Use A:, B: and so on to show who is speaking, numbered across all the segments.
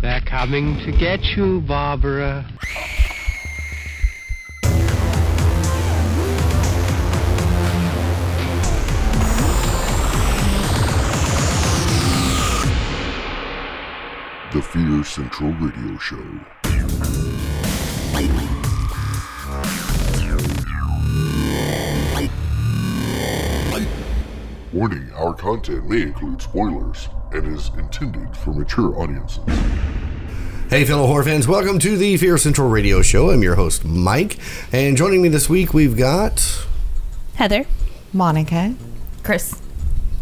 A: They're coming to get you, Barbara.
B: The Fear Central Radio Show. Warning our content may include spoilers and is intended for mature audiences.
C: Hey, fellow horror fans, welcome to the Fear Central Radio Show. I'm your host, Mike, and joining me this week we've got.
D: Heather.
E: Monica.
D: Chris.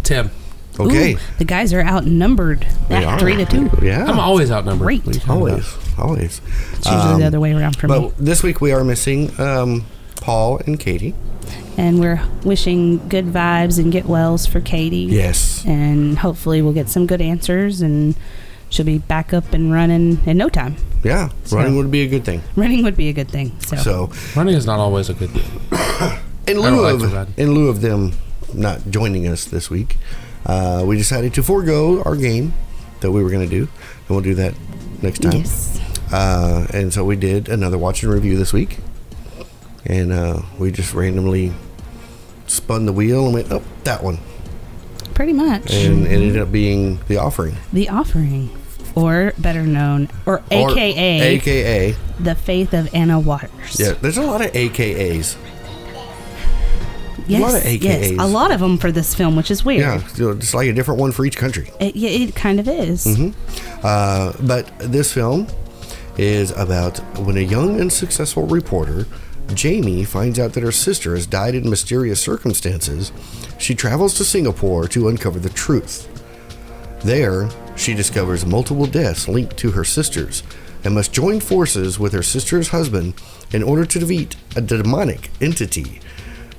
F: Tim.
C: Okay.
D: the guys are outnumbered.
C: They are.
D: Three to two.
C: Yeah.
F: I'm always outnumbered.
D: Great.
F: What are you talking about?
C: Always. Always.
D: It's usually the other way around for me.
C: Um, But this week we are missing um, Paul and Katie.
D: And we're wishing good vibes and get wells for Katie.
C: Yes.
D: And hopefully we'll get some good answers and she'll be back up and running in no time.
C: Yeah. Running would be a good thing.
D: Running would be a good thing. So,
C: So,
F: Running is not always a good thing.
C: in
F: don't
C: lieu
F: like
C: of
F: to run.
C: in lieu of them not joining us this week, uh, we decided to forego our game that we were going to do, and we'll do that next time.
E: Yes.
C: Uh, and so we did another watch and review this week, and uh, we just randomly spun the wheel and went, "Oh, that one,"
D: pretty much
C: and it ended up being the offering,
D: the offering, or better known, or,
C: Or-
D: AKA,
C: AKA.
D: the faith of Anna Waters.
C: Yeah, there's a lot of AKAs.
D: Yes,
C: lot of
D: yes,
C: AKAs.
D: a lot of them for this film, which is weird.
C: Yeah, so it's like a different one for each country.
D: It, yeah, it kind of is.
C: Mm-hmm. Uh, but this film is about when a young and successful reporter, Jamie, finds out that her sister has died in mysterious circumstances. She travels to Singapore to uncover the truth. There, she discovers multiple deaths linked to her sister's and must join forces with her sister's husband in order to defeat a demonic entity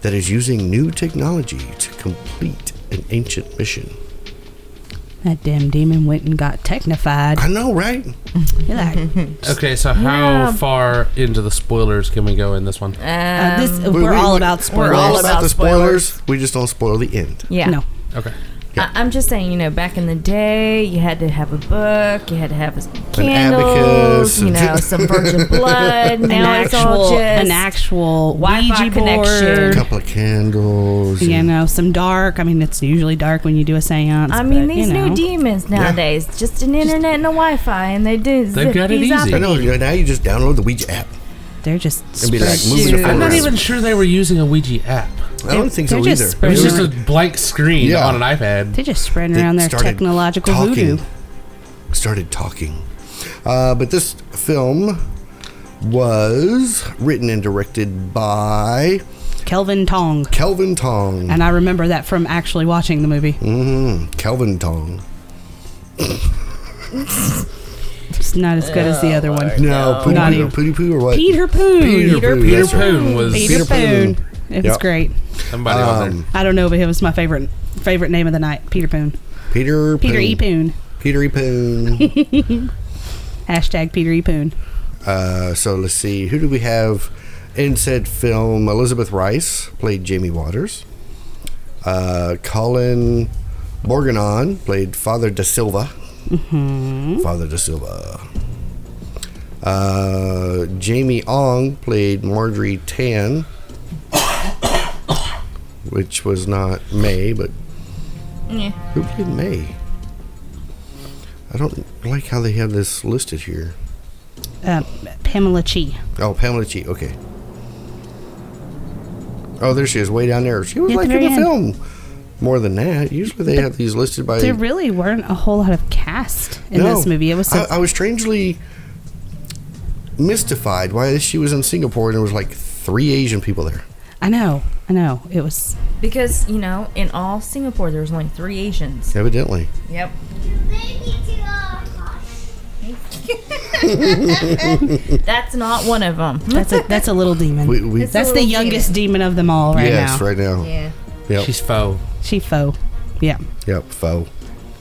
C: that is using new technology to complete an ancient mission.
D: That damn demon went and got technified.
C: I Mm-hmm. know, right?
D: You're like,
F: Okay, so how far into the spoilers can we go in this one?
D: uh, this,
C: We-
D: we're
C: we-
D: all about
C: We're
D: spoilers.
C: all
G: all
C: about
G: about
C: the spoilers. We just don't spoil the end.
G: Yeah.
D: No.
F: Okay.
G: I- I'm just saying, you know, back in the day, you had to have a book, you had to have a
C: abacus.
G: candles, you know, some virgin blood.
D: An
G: Now it's all
D: actual,
G: just
D: an actual
G: Wi-Fi
D: Ouija
G: connection.
C: A
D: board.
C: couple of candles.
D: You
C: and-
D: know, some dark. I mean, it's usually dark when you do a seance.
G: I mean,
D: but,
G: these
D: you know.
G: new demons nowadays, just an internet and a Wi-Fi, and they do. zip
F: got it
G: these up
F: easy.
C: I
G: and-
C: know. you know, Now you just download the Ouija app.
D: They're just.
C: It'd be like
D: spread-
C: moving the
G: Shoot.
C: phone
F: I'm not
C: around.
F: even sure they were using a Ouija app.
C: I don't think so
D: They're
C: either.
D: just
F: It
D: spreading
F: was just a
D: around,
F: blank screen
C: Yeah.
F: on an iPad.
D: they're just spreading
C: They
D: around their
C: started
D: technological
C: talking,
D: voodoo.
C: Started talking. Uh, but this film was written and directed by
D: Kelvin Tong.
C: Kelvin Tong.
D: And I remember that from actually watching the movie.
C: Mhm, Kelvin Tong.
D: It's not as good as the other one.
C: No, Pooty
D: Not
C: Poo,
D: even.
C: Pooty Poo or what?
D: Peter Poon.
C: Peter Peter Poon,
F: Peter
C: that's right.
F: Poon was
C: Peter
D: Peter
C: Poon.
D: Poon. It was
C: Yep.
D: great.
F: somebody on
C: Um,
F: there.
D: I don't know, but it was my favorite favorite name of the night. Peter Poon.
C: Peter
D: Peter E. Poon.
C: Peter E. Poon.
D: Hashtag Peter E. Poon.
C: Uh, so let's see, who do we have in said film? Elizabeth Rice played Jamie Waters. Uh, Colin Borganon played Father Da Silva. Father Da Silva. Uh, Jamie Ong played Marjorie Tan, which was not May, but who played May? I don't like how they have this listed here.
D: Uh, Pamela Chi.
C: Oh, Pamela Chi. Okay. Oh, there she is, way down there. She was
D: At the
C: like in
D: very
C: the
D: end.
C: film. More than that, usually they have these listed by.
D: There really weren't a whole lot of cast in
C: No.
D: this movie. It was so,
C: I, I was strangely mystified why she was in Singapore and there was like three Asian people there.
D: I know, I know. It was
G: Because you know, in all Singapore, there was only three Asians.
C: Evidently,
G: Yep. That's not one of them.
D: that's a that's a little demon.
C: we, we
G: It's-
D: that's the
G: little
D: youngest demon of them all right
C: yes,
D: now.
C: right now.
G: Yeah.
C: Yep,
F: She's faux.
D: She foe. Yeah.
C: yep, foe.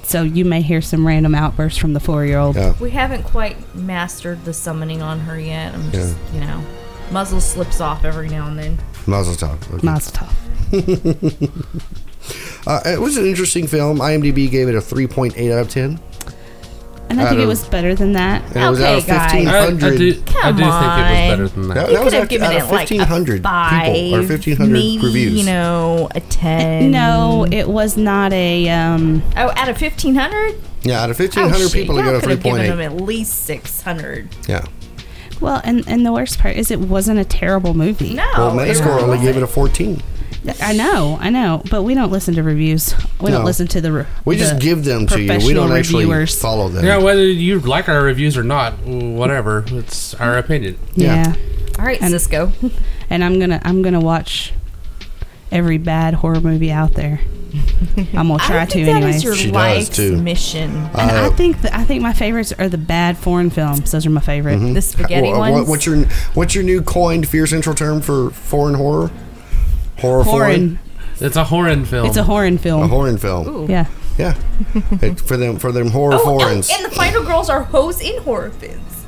D: So you may hear some random outbursts from the four year old.
C: Yeah.
G: We haven't quite mastered the summoning on her yet. I'm just, you know, muzzle slips off every now and then.
C: Mazel tov. Okay.
D: Mazel tov.
C: Uh, it was an interesting film. IMDb gave it a 3.8 out of 10.
D: And I
C: Out
D: think it
C: of-
D: was better than that.
C: And it was out of
G: Okay, guys.
C: fifteen
F: I, I do, I do
C: hundred.
F: think it
G: Come
F: was
G: on.
F: better than that.
C: That,
G: You
C: that was
G: could have
C: out,
G: given
C: out
G: it
C: of
G: like
C: fifteen
G: a
C: hundred people or
G: five,
C: fifteen hundred
G: maybe,
C: reviews.
G: You know, a ten.
D: No, it was not a. Um,
G: Oh, out of fifteen hundred. Oh,
C: yeah, out of fifteen
D: Oh,
C: hundred people, it got a
G: could
C: three
G: have
C: point
G: given them
C: eight.
G: at least six hundred.
C: Yeah.
D: well, and, and the worst part is it wasn't a terrible movie.
G: No,
C: Well, Metascore only gave it a fourteen.
D: I know, I know, but we don't listen to reviews. We
C: No.
D: don't listen to the. re-
C: We just
D: the
C: give them to you. We
D: professional
C: don't actually
D: reviewers.
C: follow them.
F: Yeah, whether you like our reviews or not, whatever, it's our opinion.
C: Yeah.
D: Yeah.
G: All right,
D: And-
G: Cisco.
D: and I'm gonna I'm gonna watch every bad horror movie out there. I'm gonna try
G: I
D: to
G: think that
D: anyway.
G: is your
C: She does,
G: life's
C: too. Uh,
G: mission.
D: and I think the, I think my favorites are the bad foreign films. Those are my favorite.
C: Mm-hmm.
G: The spaghetti
C: Wha- wha-
G: ones.
C: what's your what's your new coined Fear Central term for foreign horror? Horror
D: Horror.
F: It's a horror film.
D: It's a horror film.
C: A horror film.
D: yeah.
C: Yeah. It- for them for them horror
G: oh, and,
C: foreigns.
G: and the final girls are hoes in horror fins.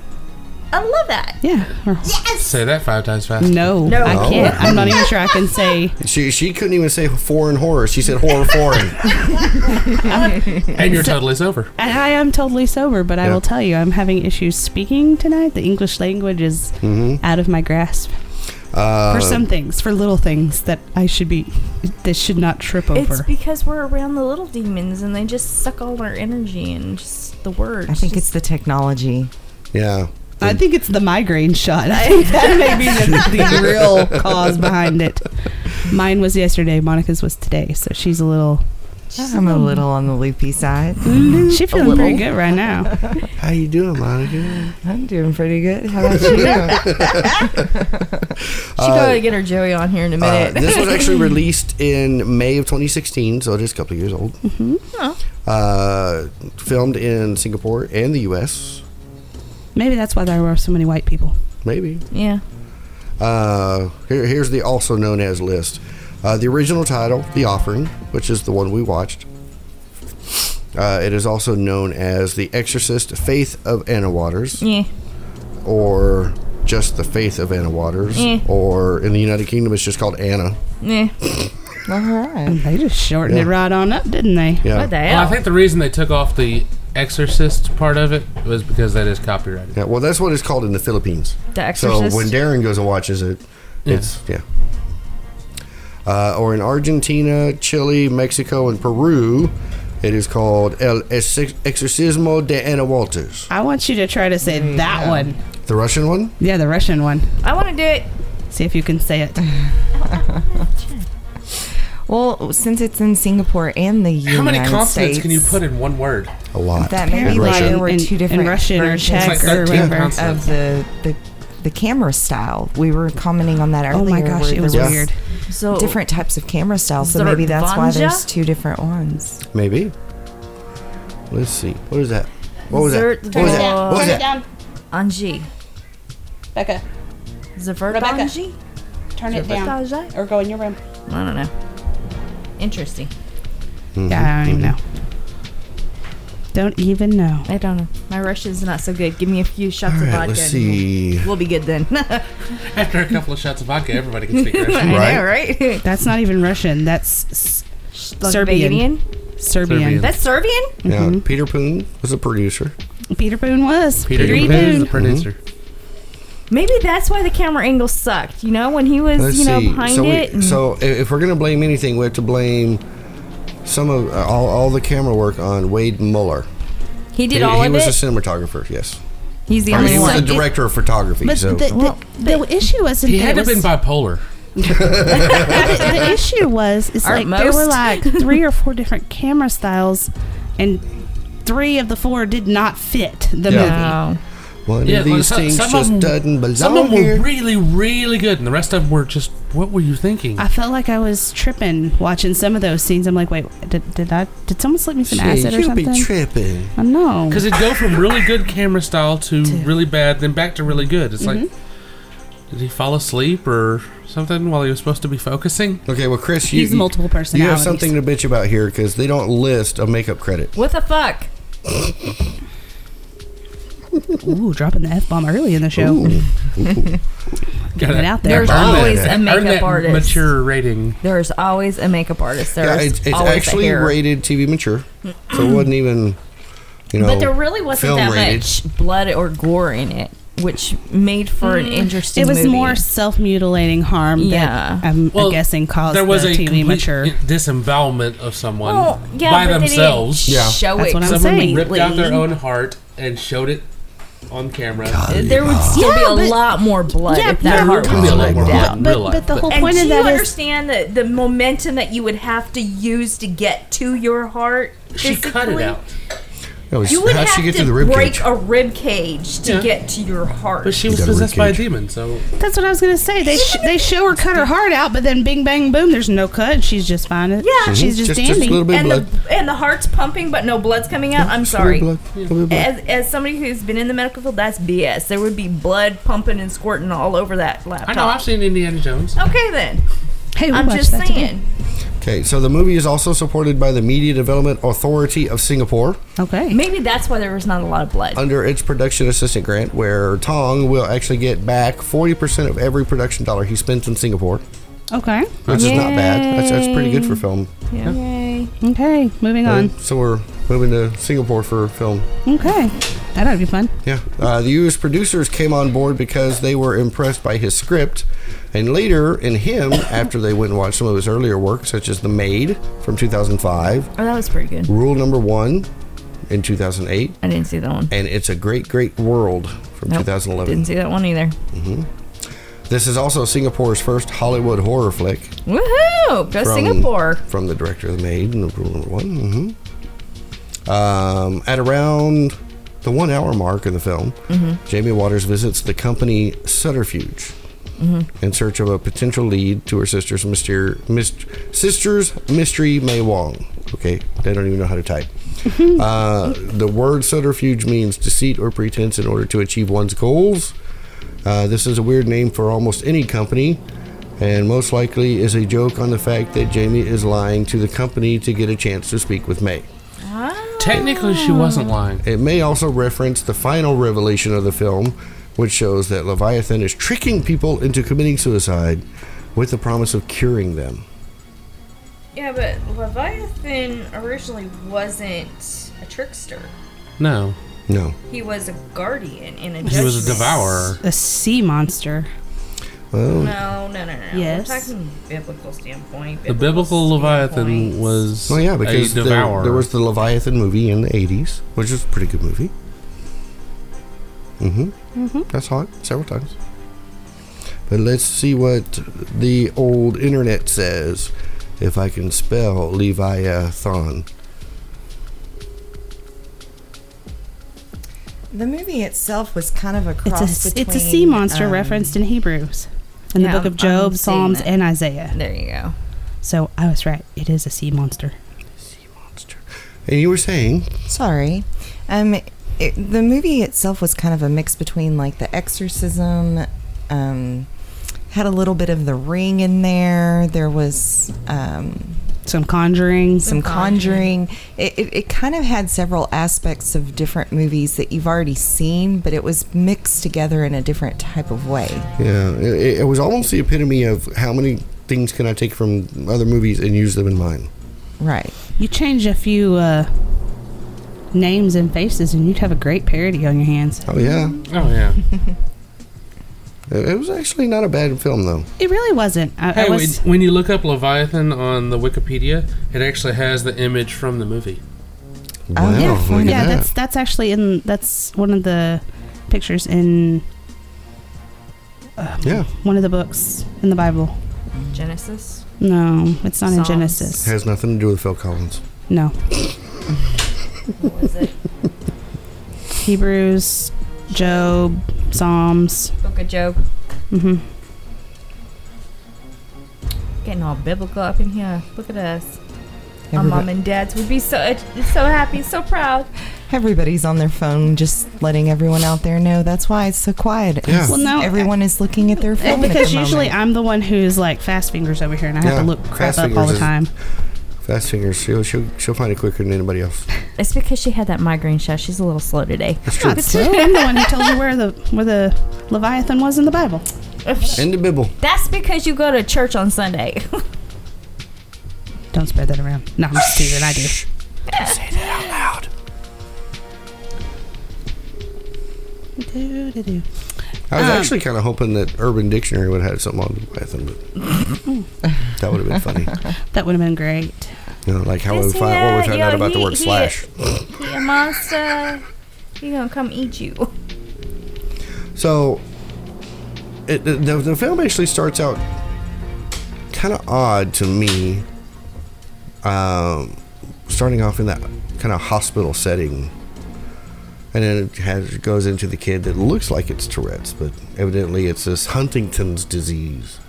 G: I love that.
D: Yeah. Or-
G: Yes.
F: Say that five times fast.
D: No,
G: No.
D: I
G: No.
D: can't. I'm not even sure I can say.
C: she she couldn't even say foreign horror. She said horror foreign.
F: And your total is over.
D: And I am totally sober, but I
C: Yeah.
D: will tell you, I'm having issues speaking tonight. The English language is out of my grasp
C: Mm-hmm. Uh,
D: for some things, for little things that I should be, that should not trip
G: It's
D: over.
G: because we're around the little demons and they just suck all our energy and just the words.
E: I think
G: Just-
E: it's the technology.
C: yeah.
D: I think it's the migraine shot. I think that may be the, the real cause behind it. Mine was yesterday. Monica's was today. So she's a little.
E: I'm a little on the loopy side.
D: She's feeling pretty good right now.
C: How you doing, Monica?
E: I'm doing pretty good. How about you?
G: She gotta get her Joey on here in a
C: Uh,
G: minute.
C: this was actually released in May of 2016, so it is a couple of years old.
G: Oh.
C: Uh, filmed in Singapore and the U.S.
D: Maybe that's why there were so many white people.
C: Maybe
G: yeah.
C: Uh, here, here's the also known as list. Uh, the original title, The Offering, which is the one we watched. Uh, it is also known as The Exorcist Faith of Anna Waters,
G: Yeah.
C: or just The Faith of Anna Waters,
G: Eh.
C: or in the United Kingdom, it's just called Anna.
G: Yeah.
E: All right.
D: They just shortened it
C: Yeah.
D: right on up, didn't they?
C: Yeah.
G: What the
F: Well, I
G: hell?
F: think the reason they took off the Exorcist part of it was because that is copyrighted.
C: yeah. Well, that's what it's called in the Philippines.
G: the
C: So
G: Exorcist.
C: when Darren goes and watches it, it's yeah. Uh, or in Argentina, Chile, Mexico, and Peru, it is called El Exorc- Exorcismo de Ana Walters.
D: I want you to try to say that one.
C: The Russian one?
D: Yeah, the Russian one.
G: I want to do it.
D: See if you can say it.
E: Well, since it's in Singapore and the United
F: How many consonants
E: States,
F: can you put in one word?
C: A lot.
E: That may
C: In
E: be like
C: Russian.
E: there were
D: In-
E: two
D: in
E: different
D: Russian or
E: versions
D: Czech
F: It's like
D: or
F: 13
D: whatever.
F: consonants.
E: of the, the the camera style. We were commenting on that earlier.
D: Oh my
E: where
D: gosh, it
E: there
D: was
C: Yeah.
D: weird.
G: So
E: Different types of camera styles, so
G: Sort of
E: maybe that's why
G: Vanja?
E: there's two different ones.
C: Maybe. Let's see. What is that? What was
G: Zert-
C: that? What was that? What was that?
D: down.
G: Anji.
D: Becca,
G: Zavert
D: Rebecca.
G: Anji?
D: turn it
G: Zavert
D: Or go in your room.
G: I don't know. Interesting.
D: Yeah, I don't even know. Don't even know.
G: I don't know. My Russian's not so good. Give me a few shots
C: All
G: of
C: right,
G: vodka.
C: let's
G: and
C: see.
G: We'll, we'll be good then.
F: After a couple of shots of vodka, everybody can speak Russian.
G: I know,
C: Right.
G: right?
D: That's not even Russian. That's s-
G: Slovenian?
D: Serbian.
F: Serbian.
G: That's Serbian?
C: Yeah. Peter Poon was a producer.
D: Peter Boone was.
F: Peter
D: Petrie
F: Dupuy, the producer.
G: Maybe that's why the camera angle sucked. You know, when he was,
C: Let's
G: you know,
C: see.
G: behind
C: so,
G: it. Mm.
C: We,
G: and-
C: so i- if we're gonna blame anything, we have to blame some of uh, all, all the camera work on Wade Muller.
G: he did
C: He,
G: all
C: he
G: of
C: was
G: it.
C: a cinematographer. Yes.
G: He's the
C: I mean,
G: only
C: he was
G: one.
C: the director of photography.
D: But
C: so
D: the, the, the issue wasn't
F: He
D: that
F: had to
D: it
F: have been
D: was,
F: bipolar.
D: the, the issue was is
G: Aren't
D: like there were
G: most?
D: like three or four different camera styles, and three of the four did not fit the
C: Yeah.
D: movie.
G: No.
C: one
F: Yeah,
C: of these
F: some-
C: things
F: some of
C: just
F: them-
C: doesn't belong
F: Some of them
C: here.
F: were really, really good, and the rest of them were just, what were you thinking?
D: I felt like I was tripping watching some of those scenes. I'm like, wait, did, did I? Did someone slip me some
C: Gee,
D: acid or
C: you be
D: something?
C: tripping.
D: I know.
F: Because it'd go from really good camera style to really bad, then back to really good. It's like, did he fall asleep or something while he was supposed to be focusing?
C: Okay, well, Chris, you,
D: He's multiple
C: you have
D: personalities.
C: something to bitch about here because they don't list a makeup credit.
G: What the fuck?
D: Ooh, dropping the f bomb early in the show.
F: Got
D: Get out there.
G: There's always a makeup artist.
F: Mature rating.
G: There's always a makeup artist. There's
C: Yeah, it's, it's
G: always a
C: actually
G: hair.
C: rated TV mature, so it wasn't even. you know,
G: but there really wasn't
C: film
G: that
C: rated.
G: much blood or gore in it, which made for an interesting.
D: It was
G: movie.
D: more self-mutilating harm
G: Yeah.
D: that um, I'm
F: Well,
D: guessing caused
F: there was
D: the
F: a
D: TV
F: complete
D: mature.
F: disembowelment of someone
G: Well, yeah,
F: by
G: but
F: themselves.
G: They
C: Yeah.
G: didn't show
D: That's
G: it.
D: what I'm
F: Someone
D: saying.
F: ripped out their
G: completely.
F: own heart and showed it on camera.
G: There would still
D: Yeah,
G: be a
D: but-
G: lot more blood
D: Yeah,
G: if
D: but-
G: that heart
F: There would
G: was
F: be a lot
G: ripped
F: more blood
G: out.
F: in real
D: But,
F: life,
D: but the whole
G: And
D: point
G: do
D: of
G: you
D: that is
G: understand the, the momentum that you would have to use to get to your heart?
F: she cut it
G: physically?
F: out.
C: It was-
G: You would
C: how'd
G: have
C: she get
G: to
C: through the rib
G: break
C: cage?
G: a rib cage to
F: Yeah.
G: get to your heart.
F: But she was
C: got a rib
F: possessed by a
C: cage.
F: demon, so
D: that's what I was gonna say. They sh- they show her cut her heart out, but then bing bang boom, there's no cut. She's just fine.
G: Yeah.
D: she's
C: Mm-hmm. just,
D: just, standing.
C: just a little bit of
G: and
C: blood.
G: the and the heart's pumping, but no blood's coming out. I'm
C: Just a little
G: sorry.
C: blood, a little bit of
G: As, as somebody who's been in the medical field, that's BS. There would be blood pumping and squirting all over that laptop.
F: I know I've seen Indiana Jones.
G: Okay then,
D: hey, we
G: I'm
D: watched
G: just
D: that today.
G: saying.
C: blood. Okay, so the movie is also supported by the Media Development Authority of Singapore
D: Okay.
G: Maybe that's why there was not a lot of blood.
C: under its production assistant grant, where Tong will actually get back 40% of every production dollar he spent in Singapore,
D: Okay.
C: which is not bad. That's, that's pretty good for film.
D: Okay. Moving on.
C: So we're moving to Singapore for film.
D: Okay. That ought to be fun.
C: Yeah. Uh, the U.S. producers came on board because they were impressed by his script, and later in him, after they went and watched some of his earlier work, such as The Maid from 2005,
G: Oh, that was pretty good.
C: Rule Number One in 2008,
G: I didn't see that one.
C: and It's a Great Great World from
G: Nope,
C: 2011.
G: Didn't see that one either.
C: This is also Singapore's first Hollywood horror flick.
G: Woohoo! Go Singapore.
C: From the director of The Maid and Rule Number One. hmm Um, at around the one hour mark of the film, Jamie Waters visits the company Sutterfuge in search of a potential lead to her sister's, myster- myst- sister's mystery, May Wong. Okay, they don't even know how to type. uh, the word subterfuge means deceit or pretense in order to achieve one's goals. Uh, this is a weird name for almost any company, and most likely is a joke on the fact that Jamie is lying to the company to get a chance to speak with May.
D: Oh.
F: Technically, she wasn't lying.
C: It may also reference the final revelation of the film, which shows that Leviathan is tricking people into committing suicide with the promise of curing them.
G: Yeah, but Leviathan originally wasn't a trickster.
F: No,
C: No.
G: He was a guardian in a.
F: he was a devourer.
D: A sea monster.
C: Well,
G: No, no, no, no.
D: Yes.
G: We're talking biblical standpoint.
F: The biblical Leviathan was
C: well yeah,
F: a
C: because there,
F: devourer.
C: there was the Leviathan movie in the 80s, which is a pretty good movie. Mm hmm. Mm-hmm. That's hot several times. But let's see what the old internet says. If I can spell Leviathan.
E: The movie itself was kind of a
D: It's a
E: cross
D: s-
E: between.
D: it's a sea monster
E: um,
D: referenced in Hebrews, in
G: Yeah,
D: the book of
G: I'm
D: Job,
G: seeing
D: Psalms,
G: that.
D: and Isaiah.
G: There you go.
D: So I was right. It is a sea monster.
C: And you were saying,
E: Sorry, um, it, the movie itself was kind of a mix between like The Exorcism, um, had a little bit of The Ring in there. There was um,
D: Some conjuring.
E: some conjuring. It, it, it kind of had several aspects of different movies that you've already seen, but it was mixed together in a different type of way.
C: Yeah, it, it was almost the epitome of how many things can I take from other movies and use them in mine.
E: Right.
D: You change a few uh, names and faces, and you'd have a great parody on your hands.
C: Oh yeah,
F: Oh yeah.
C: it, it was actually not a bad film though.
D: It really wasn't. I, I
F: Hey,
D: was.
F: when, when you look up Leviathan on the Wikipedia, it actually has the image from the movie.
C: Wow,
E: yeah,
C: Oh, look
E: for-
C: at
D: Oh, yeah,
C: that.
D: that's that's actually in. That's one of the pictures in um,
C: yeah,
D: one of the books in the Bible.
G: Genesis.
D: No, it's not
G: Psalms.
D: in Genesis.
C: has nothing to do with Phil Collins.
D: No,
G: What was it?
D: Hebrews, Job, Psalms.
G: Book of Job.
D: hmm
G: Getting all biblical up in here. Look at us. Our
E: Everybo-
G: mom and dads would be so so happy, so proud.
E: Everybody's on their phone, just letting everyone out there know. That's why it's so quiet.
C: Yeah.
D: Well, no,
E: everyone is looking at their
D: Eh,
E: phone. at the
D: because usually
E: moment.
D: I'm the one who's like fast fingers over here, and I have to
C: Yeah,
D: look crap
C: fast
D: up all
C: fingers
D: the
C: is-
D: time.
C: Fast fingers, she'll, she'll she'll find it quicker than anybody else.
G: It's because she had that migraine shot. She's a little slow today.
D: It's not so. I'm the one who told you where the where the Leviathan was in the Bible.
C: And the Bible.
G: That's because you go to church on Sunday.
D: Don't spread that around. No, I'm just teasing. I do.
C: Say that out loud. I
D: Do-do-do.
C: was
G: Uh-huh.
D: Um,
C: actually kind of hoping that Urban Dictionary would have had something on the python, but that would have been funny.
D: That would have been great.
C: You know, like how we
G: Yes,
C: find, what we
G: yeah,
C: found
G: yo,
C: out about the
G: he-
C: word
G: he-
C: slash.
G: He a monster. He gonna come eat you.
C: So, it, the, the the film actually starts out kind of odd to me, um, starting off in that kind of hospital setting. And then it has, goes into the kid that looks like it's Tourette's, but evidently it's this Huntington's disease.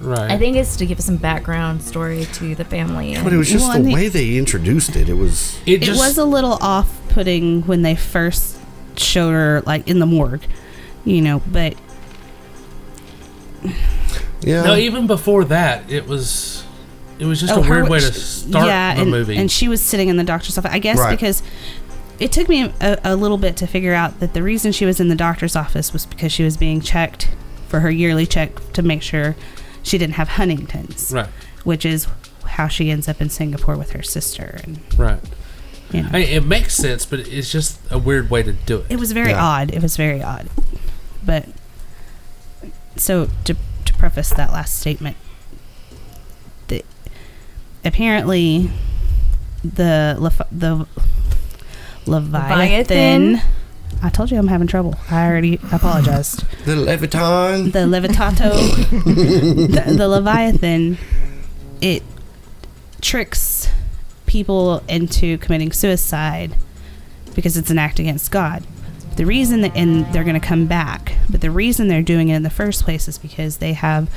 F: Right.
G: I think it's to give some background story to the family.
C: But it was just
D: Well,
C: the
D: and the-
C: way they introduced it. It was
F: it
D: It
F: just
D: was a little off-putting when they first showed her, like in the morgue, you know. But
C: yeah.
F: no. Even before that, it was it was just
D: Oh,
F: a
D: her
F: weird
D: wa-
F: way to
D: sh-
F: start the
D: and,
F: movie.
D: And she was sitting in the doctor's office, I guess,
C: Right.
D: because it took me a, a little bit to figure out that the reason she was in the doctor's office was because she was being checked for her yearly check to make sure she didn't have Huntington's,
F: right.
D: which is how she ends up in Singapore with her sister. And
F: Right.
D: you know,
F: I mean, it makes sense, but it's just a weird way to do it.
D: it was very
C: Yeah.
D: odd. It was very odd, but so to to preface that last statement, the, apparently the Lef- the Leviathan.
G: Leviathan?
D: I told you I'm having trouble. I already apologized.
C: the Leviton.
D: the Levitato, the, the Leviathan, it tricks people into committing suicide because it's an act against God. The reason that, and they're going to come back, but the reason they're doing it in the first place is because they have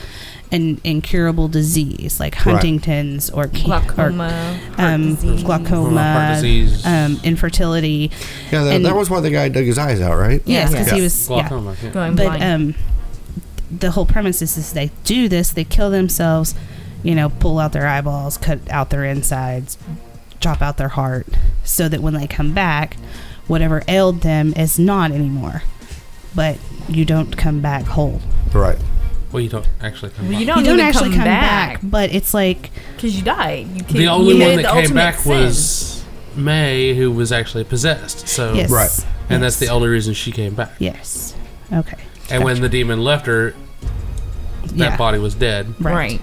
D: an incurable disease like
C: Right.
D: Huntington's or can- or,
G: Glaucoma. heart
D: um,
G: disease.
F: Heart
D: glaucoma,
F: disease.
D: um, infertility.
C: Yeah, that,
D: and-
C: that was why the guy dug his eyes out, right?
G: Yeah.
D: Yes, because he
C: Yeah.
D: was yeah
F: Glaucoma. yeah.
G: Going
D: but
G: blind.
D: um the whole premise is, is they do this they kill themselves you know pull out their eyeballs cut out their insides chop out their heart so that when they come back whatever ailed them is not anymore but you don't come back whole
C: Right.
F: Well, you don't actually come.
G: Well, you
F: back.
G: don't,
D: you don't
G: even
D: actually
G: come, back
D: but it's like
G: because you died. You
F: The
G: you
F: only
G: committed
F: one that
G: the
F: came
G: ultimate
F: back
G: sin.
F: was May, who was actually possessed. So
D: yes
C: Right.
F: and that's the only reason she came back.
D: yes okay
F: And when the demon left her, that
D: yeah
F: body was dead.
G: Right.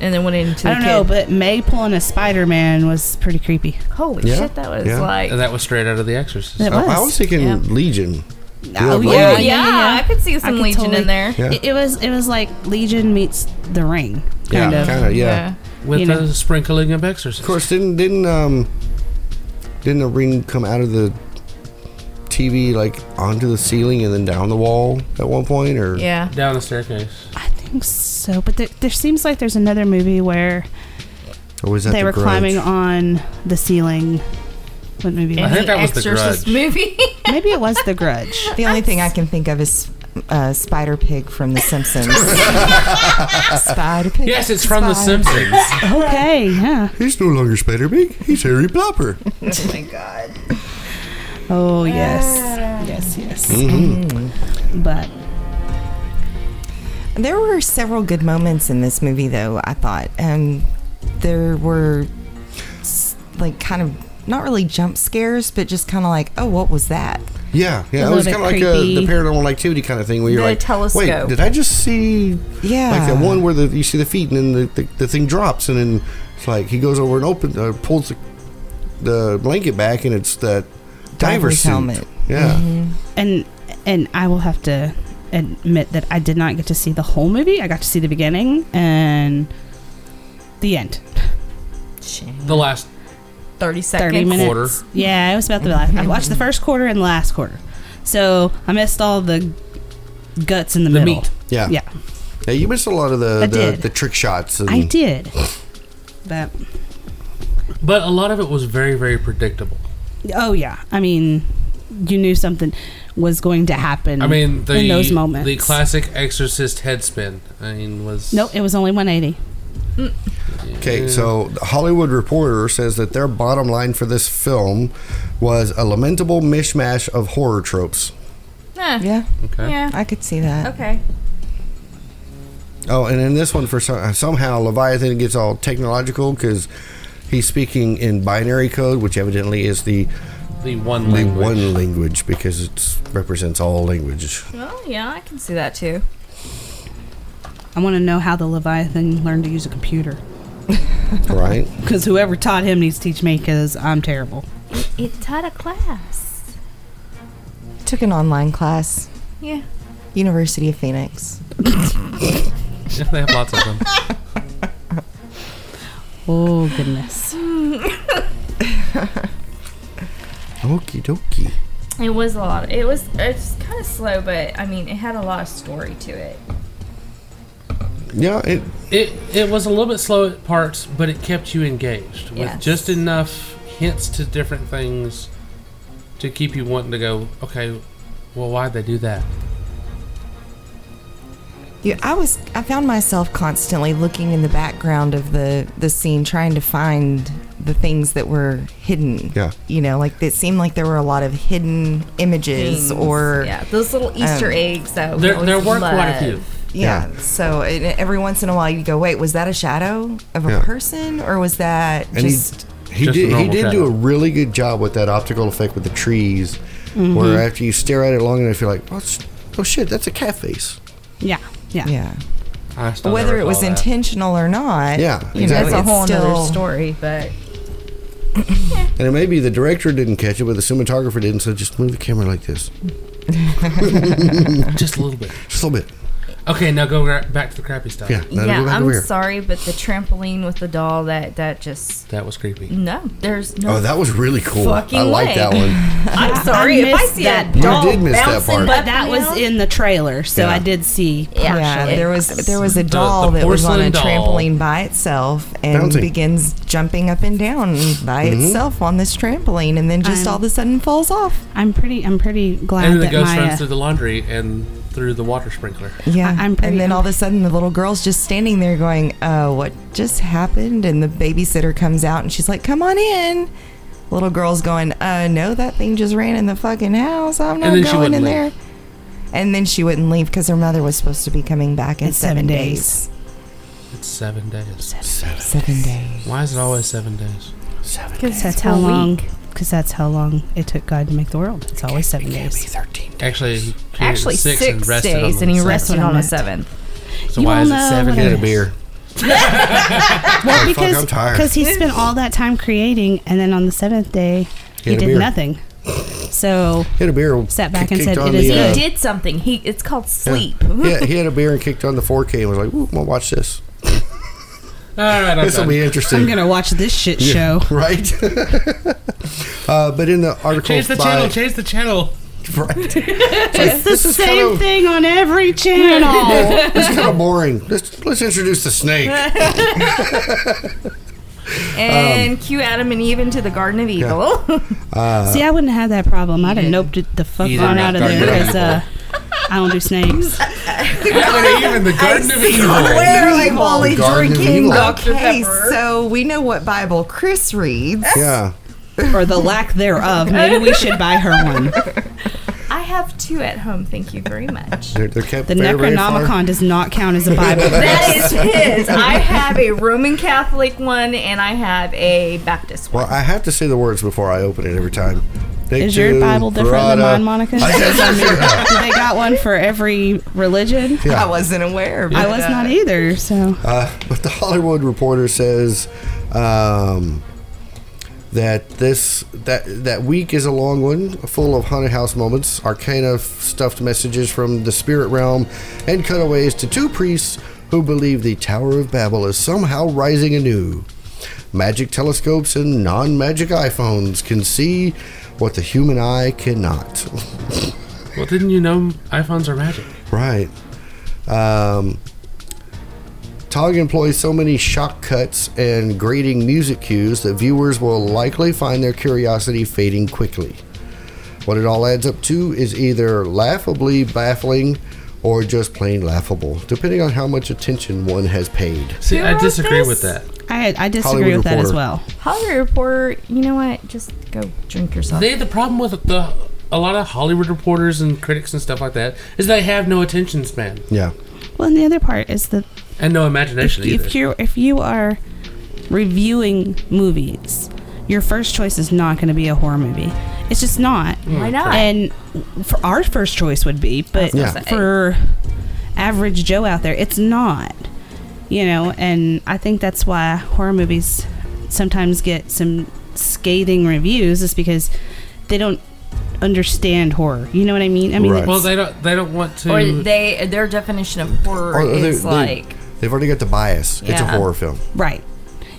G: And then went into
D: I
G: the
D: don't
G: kid.
D: know, but May pulling a Spider Man was pretty creepy.
G: holy
C: Yeah.
G: shit, that was
C: Yeah.
G: like.
F: And that was straight out of The Exorcist.
D: It
C: I, I
D: was.
C: was thinking
G: Yeah.
C: Legion.
D: Oh,
C: Yeah,
G: yeah,
D: yeah,
G: yeah,
D: yeah.
G: I could see some
D: could
G: Legion
D: totally-
G: in there.
C: Yeah.
D: It, it was it was like Legion meets The Ring, kind
C: yeah,
D: of.
C: kind of. yeah.
F: with
D: You
F: the
D: know.
F: sprinkling of Exorcist.
C: Of course, didn't didn't um didn't the ring come out of the TV like onto the ceiling and then down the wall at one point? Or
G: Yeah.
F: Down the staircase.
D: I think so, but there, there seems like there's another movie where
C: or was that
D: they
C: the
D: were
C: Grudge?
D: climbing on the ceiling. What movie?
F: I
D: Was
G: And
D: it?
F: think
G: the
F: that was The
G: Exorcist
F: Grudge.
G: movie.
D: Maybe it was The Grudge.
E: The only thing I can think of is uh, Spider Pig from The Simpsons. Spider Pig.
F: Yes, it's from The
E: Spider-
F: Simpsons.
G: Oh,
D: Okay, yeah.
C: He's no longer Spider Pig. He's Harry Plopper.
G: oh my god.
D: Oh yes, yes, yes.
C: Mm-hmm.
D: But
E: There were several good moments in this movie, though. I thought, um, there were s- like kind of not really jump scares, but just kind of like, oh, what was that?
C: Yeah,
D: A
C: yeah. It
D: little
C: was
D: bit
C: kind of like uh the
D: creepy.
C: paranormal activity kind of thing where you're
G: The
C: like, wait,
G: telescope.
C: did I just see?
E: Yeah.
C: like that one where the you see the feet and then the, the, the thing drops and then it's like he goes over and opens uh, pulls the, the blanket back and it's that diver
E: Diver's
C: suit.
E: helmet.
C: Yeah,
D: Mm-hmm. and and I will have to admit that I did not get to see the whole movie. I got to see the beginning and the end.
F: The last
G: Thirty seconds.
D: Thirty minutes.
F: Quarter.
D: Yeah, it was about the last. I watched the first quarter and the last quarter, so I missed all the guts in the,
F: The
D: middle.
F: meat.
C: yeah,
D: Yeah,
C: Yeah, you missed a lot of the, the,
D: I did.
C: the trick shots. And,
D: I did. But
F: but a lot of it was very, very predictable.
D: oh yeah, I mean, you knew something was going to happen.
F: I mean the
D: Mm. in those moments,
F: The classic Exorcist head spin. I mean was
D: Nope, it was only 180.
C: Okay, so the Hollywood Reporter says that their bottom line for this film was a lamentable mishmash of horror tropes.
G: Eh, yeah.
E: Yeah,
F: Okay.
E: I could see that.
G: Okay.
C: Oh, and in this one, for some, somehow Leviathan gets all technological because he's speaking in binary code, which evidently is the
F: the one
C: the
F: language.
C: one language because it represents all language.
G: Well, yeah, I can see that too.
D: I want to know how the Leviathan learned to use a computer.
C: Right?
D: Because whoever taught him needs to teach me because I'm terrible.
G: It taught a class.
E: Took an online class,
G: Yeah.
E: University of Phoenix.
F: Yeah, they have lots of them.
D: Oh, goodness.
C: Okie dokie.
G: It was a lot. Of, it was it's kind of slow, but I mean, it had a lot of story to it.
C: Yeah, it,
F: It it was a little bit slow at parts, but it kept you engaged with
G: Yes.
F: just enough hints to different things to keep you wanting to go. Okay, well, why'd they do that?
E: Yeah, I was. I found myself constantly looking in the background of the the scene, trying to find the things that were hidden.
C: Yeah.
E: you know, like it seemed like there were a lot of hidden images
G: Things.
E: or
G: yeah, those little Easter
E: um,
G: eggs that we
F: There,
G: always
F: there were quite a
G: loved.
F: few.
E: Yeah.
C: Yeah.
E: So it, every once in a while, you go, "Wait, was that a shadow of a
C: Yeah.
E: person, or was that
C: and
E: just?"
C: he, he
F: Just a
C: did he
F: normal
C: did do
F: shadow.
C: a really good job with that optical effect with the trees,
D: Mm-hmm.
C: where after you stare at it long enough, you're like, oh, s- oh shit, that's a cat face.
D: Yeah, yeah.
E: yeah.
F: I still
E: Whether
F: never
E: it was
F: saw that.
E: intentional or not.
C: Yeah,
E: you know,
C: exactly.
G: That's a
E: it's
G: whole
E: still-
G: nother story, but
C: And it may be the director didn't catch it, but the cinematographer didn't, so just move the camera like this,
F: just a little bit.
C: just a little bit.
F: Okay, now go ra- back to the crappy stuff.
C: Yeah, now
G: yeah,
C: go back
G: I'm
C: over here.
G: sorry, but the trampoline with the doll that that just
F: That was creepy.
G: no, there's no.
C: Oh, that was really cool.
G: Fucking
C: I like
G: way.
C: that one.
G: I'm sorry if I
D: missed
G: see
D: that.
G: that.
D: You
G: doll
C: did miss that
G: bouncing
C: part.
G: back
D: But that
G: around.
D: was in the trailer, so
C: Yeah.
D: I did see.
G: Yeah.
E: Yeah,
G: Actually,
E: there was there was a doll
F: the
E: that was on a
F: porcelain doll.
E: trampoline by itself and
C: Bouncing.
E: begins jumping up and down by itself on this trampoline, and then just
D: I'm-
E: all of a sudden falls off.
D: I'm pretty. I'm pretty glad
F: And then the
D: that
F: ghost
D: my.
F: runs
D: uh,
F: through the laundry and through the water sprinkler.
E: Yeah,
D: I'm pretty-
E: and then all of a sudden the little girl's just standing there going, "Uh, what just happened?" And the babysitter comes out and she's like, "Come on in." Little girl's going, "Uh, no, that thing just ran in the fucking house. I'm not
F: then she
E: going
F: wouldn't
E: in
F: leave.
E: there." And then she wouldn't leave because her mother was supposed to be coming back in,
D: In seven
E: seven, days.
F: It's seven days.
E: Seven days.
F: Why is it always seven days?
D: Because that's how long. Because that's how long it took God to make the world. It's always seven days.
F: Actually, he created
G: actually six,
F: and rested on
G: days,
F: the
G: and he
F: seventh.
G: rested
D: That's what I
G: on the
D: meant.
G: seventh.
F: So
D: You
F: why
D: all
F: is it
D: know
F: seven
D: what I
C: Get
F: days?
C: a beer.
D: Well,
C: fuck,
D: because
C: I'm tired.
D: because he spent all that time creating, and then on the seventh day
C: He
D: he,
C: had a
D: did
C: beer.
D: nothing. So
C: He had a beer.
D: Sat back and
C: kicked
D: said,
C: on
D: "It is
C: the, uh,
D: Yeah.
G: He did something. He it's called sleep.
C: yeah, he had a beer and kicked on the 4K and was like, "Ooh, I'm gonna watch this.
F: All right, I'm
C: This will
F: done.
C: be interesting."
D: I'm gonna watch this shit show.
C: right? uh, but in the article
F: Change the
C: by
F: channel. Change the channel.
C: right, it's
D: It's the
C: is kind
D: same
C: of-
D: thing on every channel.
C: kind of boring. Let's let's introduce the snake.
G: and
C: um,
G: cue Adam and Eve into the Garden of Evil.
D: See, I wouldn't have that problem. I'd have noped it the fuck
F: He did
D: on out
F: not
D: of
F: guard
D: there
F: your
D: because uh, I don't do snakes.
F: Adam and Eve in the Garden of Evil.
E: Clearly, Wally
C: Garden of
E: drinking.
C: Evil.
G: Dr.
E: Okay,
G: Pepper.
E: so we know what Bible Chris reads.
C: Yeah,
D: or the lack thereof. Maybe we should buy her one.
G: I have two at home. Thank you very much.
C: they're, they're kept
D: The
C: very, very far.
D: Necronomicon does not count as a Bible.
G: that is his. I have a Roman Catholic one, and I have a Baptist one.
C: Well, I have to say the words before I open it every time.
D: Is your
C: Victu
D: Bible different than
C: Parada.
D: mine, Monica? I mean, do they got one for every religion?
E: I wasn't aware. Of
D: I was not either, so
C: Uh, but the Hollywood Reporter says um, that this that that week is a long one, full of haunted house moments, arcana stuffed messages from the spirit realm, and cutaways to two priests who believe the Tower of Babel is somehow rising anew. Magic telescopes and non-magic iPhones can see what the human eye cannot.
F: Well, didn't you know iPhones are magic?
C: Right. Um, Tog employs so many shock cuts and grating music cues that viewers will likely find their curiosity fading quickly. What it all adds up to is either laughably baffling or just plain laughable, depending on how much attention one has paid.
F: See,
G: Who
F: I
G: wrote
F: disagree
G: this?
F: with that.
D: I, I disagree
C: Hollywood
D: with that as
C: Reporter.
D: well.
G: Hollywood Reporter, you know what? Just go drink yourself.
F: They the problem with the a lot of Hollywood reporters and critics and stuff like that is they have no attention span
C: Yeah.
D: Well, and the other part is that
F: and no imagination either.
D: if you if you are reviewing movies, your first choice is not going to be a horror movie. It's just not.
G: Why not?
D: And for our first choice would be, but
C: Yeah.
D: for average Joe out there, it's not. You know, and I think that's why horror movies sometimes get some scathing reviews is because they don't understand horror. You know what I mean? I mean,
C: Right.
F: Well, they don't. They don't want to.
G: or they their definition of horror
C: Or they-
G: is
C: they-
G: like
C: They've already got the bias. It's a
G: Yeah.
C: horror film.
D: Right.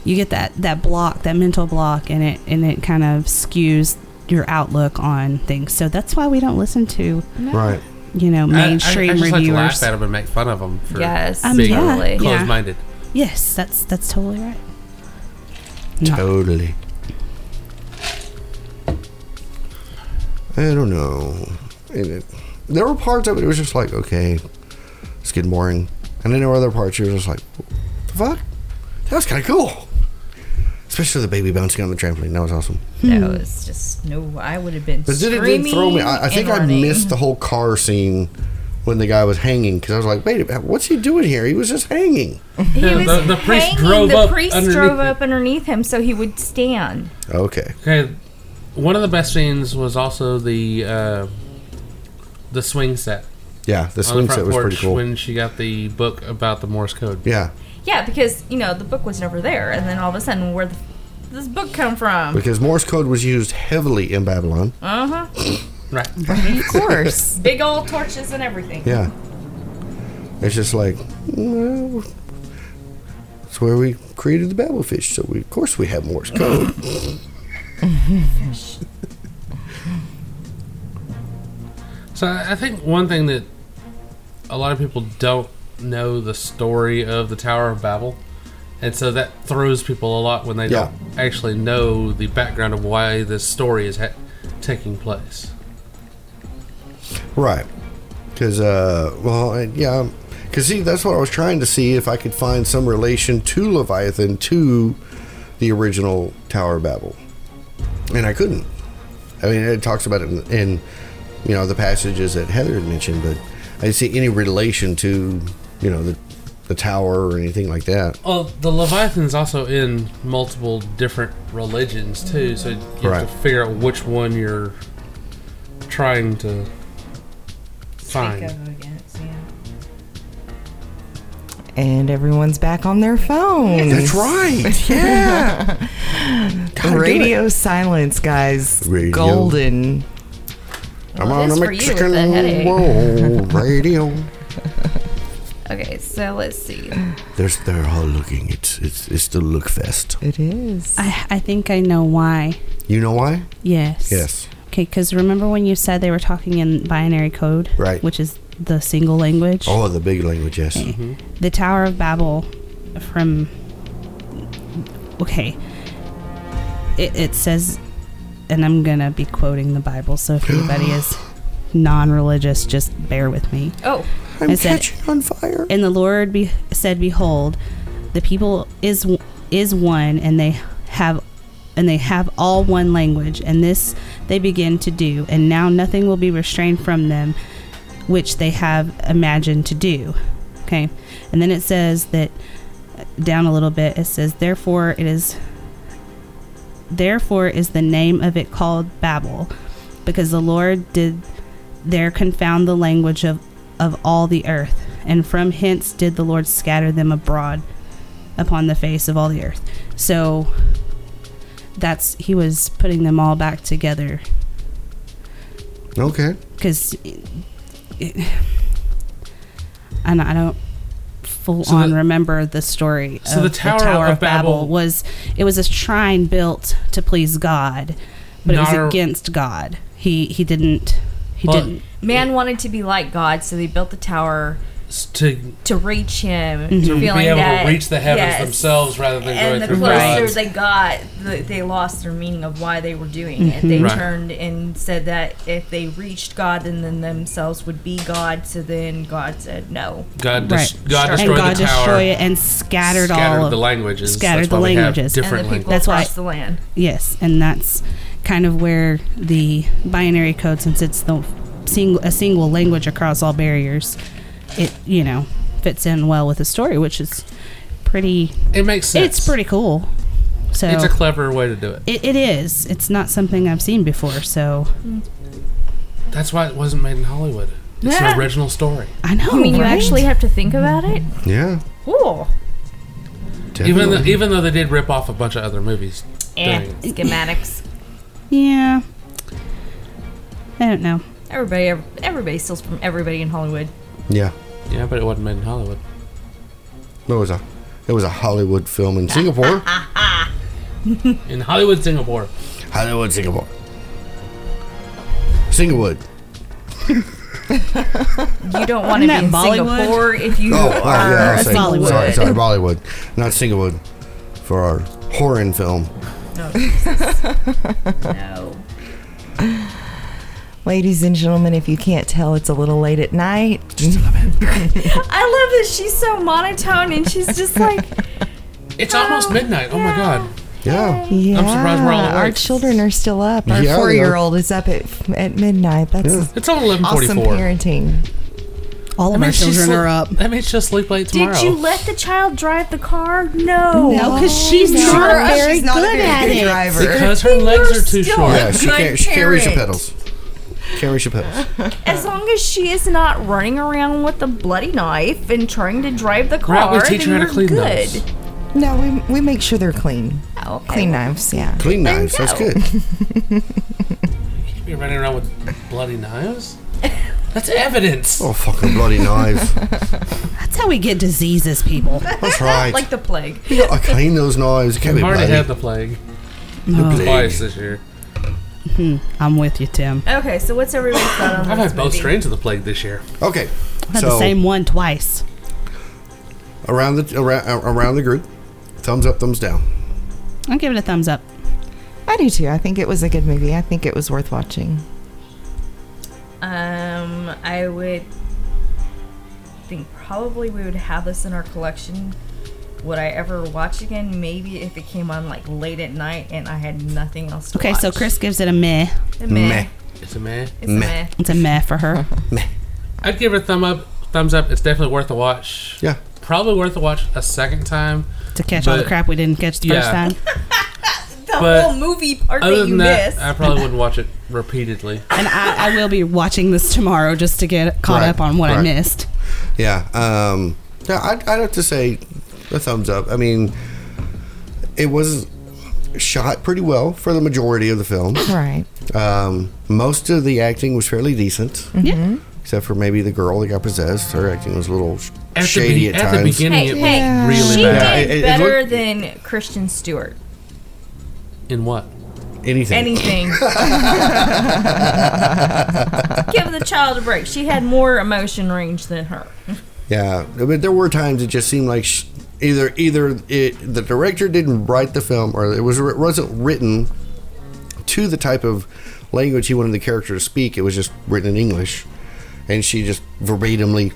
D: You get that that block, that mental block, and it and it kind of skews your outlook on things. So that's why we don't listen to
C: Right.
D: you know
F: I- I-
D: mainstream
F: I, just like to
D: reviewers.
F: laugh at them and make fun of them for
G: yes,
D: Um,
F: being
D: yeah.
G: totally.
D: Yeah.
F: closed-minded.
D: yes, that's that's totally right.
C: Totally. I don't know. And it- there were parts of it, it was just like, okay, it's getting boring. And then there were other parts you were just like, the fuck? That was kind of cool. Especially the baby bouncing on the trampoline. That was awesome.
G: No, it's just no. I would have been.
C: Mm. But then it
G: screaming
C: did throw me. I, I think
G: and
C: I
G: running.
C: missed the whole car scene when the guy was hanging because I was like, wait, a minute, what's he doing here? He was just hanging.
G: He
F: Yeah,
G: was
F: the- the priest
G: hanging.
F: drove
G: the
F: up
G: priest
F: underneath
G: drove
F: him.
G: up underneath him so he would stand.
C: Okay.
F: Okay, one of the best scenes was also the uh, the swing set
C: Yeah, the
F: on the
C: swing
F: front
C: set was
F: porch
C: pretty cool.
F: when she got the book about the Morse code.
C: Yeah,
G: Yeah, because you know the book was never there, and then all of a sudden, where the, this book come from?
C: because Morse code was used heavily in Babylon.
G: Uh huh.
F: Right.
E: Of course.
G: Big old torches and everything.
C: Yeah. It's just like, well, it's where we created the Babelfish, so we, of course we have Morse code.
F: So I I think one thing that a lot of people don't know the story of the Tower of Babel, and so that throws people a lot when they
C: Yeah.
F: don't actually know the background of why this story is ha- taking place.
C: right. Because, uh, well, I- yeah. Because, see, that's what I was trying to see if I could find some relation to Leviathan to the original Tower of Babel. And I couldn't. I mean, it talks about it in, in you know, the passages that Heather had mentioned, but I didn't see any relation to, you know, the, the tower or anything like that.
F: Well, the Leviathan's also in multiple different religions too, so you have
C: Right.
F: to figure out which one you're trying to
G: Think
F: find.
G: of against, yeah.
E: and everyone's back on their phones.
C: That's right. Yeah. God,
E: Radio
C: do
E: silence, guys.
C: Radio.
E: Golden.
C: it. I'm
G: Well,
C: on
G: it
C: a
G: is for you with
C: Mexican
G: the headache.
C: roll. Radio.
G: Okay, so let's see.
C: There's they're all looking. It's it's it's the look fest.
E: It is.
D: I I think I know why.
C: You know why?
D: Yes.
C: Yes.
D: Okay, because remember when you said they were talking in binary code,
C: Right.
D: Which is the single language.
C: Oh, the big language. Yes.
G: Mm.
D: the Tower of Babel from okay it, it says and I'm gonna be quoting the Bible so if anybody is non-religious just bear with me
G: Oh,
C: I'm
D: I said-
C: catching on fire.
D: and the Lord be, said behold the people is w- is one and they have and they have all one language and this they begin to do and now nothing will be restrained from them which they have imagined to do okay and then it says that down a little bit it says therefore it is therefore is the name of it called babel because the lord did there confound the language of of all the earth and from hence did the lord scatter them abroad upon the face of all the earth so that's he was putting them all back together
C: Okay.
D: because and I don't full
F: So
D: on
F: the-
D: remember the story.
F: So
D: of
F: the Tower of Babel-
D: was it was a shrine built to please God, but it was
F: Not a-
D: against God. He he didn't he
F: Well,
D: didn't
G: man wanted to be like God, so they built the tower
F: S- To
G: to reach him,
F: to
G: feeling
F: be able
G: that,
F: to reach the heavens
G: yes.
F: themselves rather than
G: And the
F: going through
G: closer
F: gods.
G: they got, the, they lost their meaning of why they were doing it. They
F: Right.
G: turned and said that if they reached God, then, then themselves would be God. So then God said no.
F: God, des-
D: Right.
F: God
D: and
G: And
F: destroyed
D: God
F: the tower,
D: destroyed it and scattered,
F: scattered
D: all of
F: the languages,
D: scattered
F: That's
D: the
F: why we have
D: languages. And the
F: different
G: and the people
F: languages.
D: That's why-
G: across the land.
D: Yes, and that's kind of where the binary code, since it's the single a single language across all barriers, it you know fits in well with the story, which is pretty.
F: It makes sense.
D: It's pretty cool. So
F: It's a clever way to do it.
D: it, it is. It's not something I've seen before, so
F: That's why it wasn't made in Hollywood. It's
G: Yeah.
F: an original story.
D: I know.
G: I mean, you
D: right?
G: actually have to think about it.
C: Yeah.
G: Cool.
F: Even though,
C: definitely.
F: even though they did rip off a bunch of other movies.
G: Eh,
F: Dang.
G: schematics.
D: Yeah. I don't know.
G: Everybody, everybody steals from everybody in Hollywood.
C: yeah.
F: Yeah, but it wasn't made in Hollywood.
C: It was a it was a Hollywood film in Singapore.
F: In Hollywood, Singapore.
C: Hollywood, Singapore. Singapore.
G: You don't want to be
D: Isn't that
G: in
D: Bollywood?
G: Singapore if you
C: Oh,
G: are.
C: oh, yeah, I'll
D: That's
C: say,
D: Bollywood.
C: sorry, sorry, Bollywood, not Singapore, for our horror film.
G: No, Jesus. no.
E: Ladies and gentlemen, if you can't tell, it's a little late at night.
G: I love that she's so monotone and she's just like,
F: It's almost midnight. Oh my god.
C: Yeah,
E: Yeah,
F: surprised we're all
E: our
F: awake.
E: children are still up. Our
C: Yeah, they are.
E: four-year-old is up at at midnight. That's
C: Yeah.
F: It's on
E: awesome
F: 1144.
E: parenting.
D: All
F: That
D: of our
F: means she'll
D: children
F: sleep-
D: are up.
F: That means she'll sleep late tomorrow.
G: did you let the child drive the car? No.
D: No, because she's
E: No,
D: not
E: uh, she's
D: very
E: not a
D: good
E: very
D: at
E: good
D: it.
E: driver.
F: because her legs are too
G: still-
F: short.
C: yeah. She,
G: Good
C: can't, she carries her
G: parent.
C: pedals. Carries her pedals.
G: As long as she is not running around with a bloody knife and trying to drive the
F: Right,
G: car,
F: we teach her
G: then
F: how to
G: you're
F: clean
G: good.
F: those.
E: No, we, we make sure they're clean.
G: Oh, okay.
E: Clean knives, yeah.
C: Clean knives. That's
G: go.
C: good.
F: You're running around with bloody knives? That's evidence.
C: Oh fucking bloody knives.
D: That's how we get diseases, people.
C: That's right.
G: Like the plague.
C: you gotta clean those knives. It can't be
F: I've already
C: bloody.
F: had the plague Oh.
D: No,
F: twice this year.
D: I'm with you, Tim.
G: Okay, so what's everybody's thought on
F: I've
G: this
F: had both
G: movie?
F: strains of the plague this year.
C: Okay,
D: I had the
C: so
D: same one twice.
C: around the around around the group, thumbs up, thumbs down.
D: I'll give it a thumbs up.
E: I do too. I think it was a good movie. I think it was worth watching.
G: Um, I would think probably we would have this in our collection. Would I ever watch again? Maybe if it came on like late at night and I had nothing else to
D: Okay,
G: watch.
D: so Chris gives it a meh.
G: A meh.
C: Meh.
F: It's a man.
G: It's a meh.
D: It's a meh for her.
F: I'd give her a thumb up. Thumbs up. It's definitely worth a watch.
C: Yeah.
F: Probably worth a watch a second time.
D: To catch all the
F: But-
D: crap we didn't catch the first
F: yeah.
D: time.
G: The
F: But
G: whole movie part
F: Other
G: that you
F: than that,
G: missed.
F: I probably wouldn't watch it repeatedly.
D: And I, I will be watching this tomorrow just to get caught
C: Right,
D: up on what I
C: right.
D: missed.
C: Yeah. Um, yeah, I'd, I'd have to say a thumbs up. I mean, it was shot pretty well for the majority of the film.
E: Right.
C: Um, most of the acting was fairly decent,
D: Yeah.
C: except for maybe the girl that got possessed. Her acting was a little sh-
F: At the
C: shady
F: be-
C: at,
F: at the
C: times.
F: beginning,
G: Hey,
F: it
G: hey,
F: was really
G: she
F: bad.
C: Yeah,
G: did
C: it- it
G: better
C: looked-
G: than Christian Stewart.
F: In what?
C: Anything.
G: Anything. Give the child a break. She had more emotion range than her.
C: Yeah, but there were times it just seemed like sh- either either it, the director didn't write the film, or it was it wasn't written to the type of language he wanted the character to speak. It was just written in English, and she just verbatimly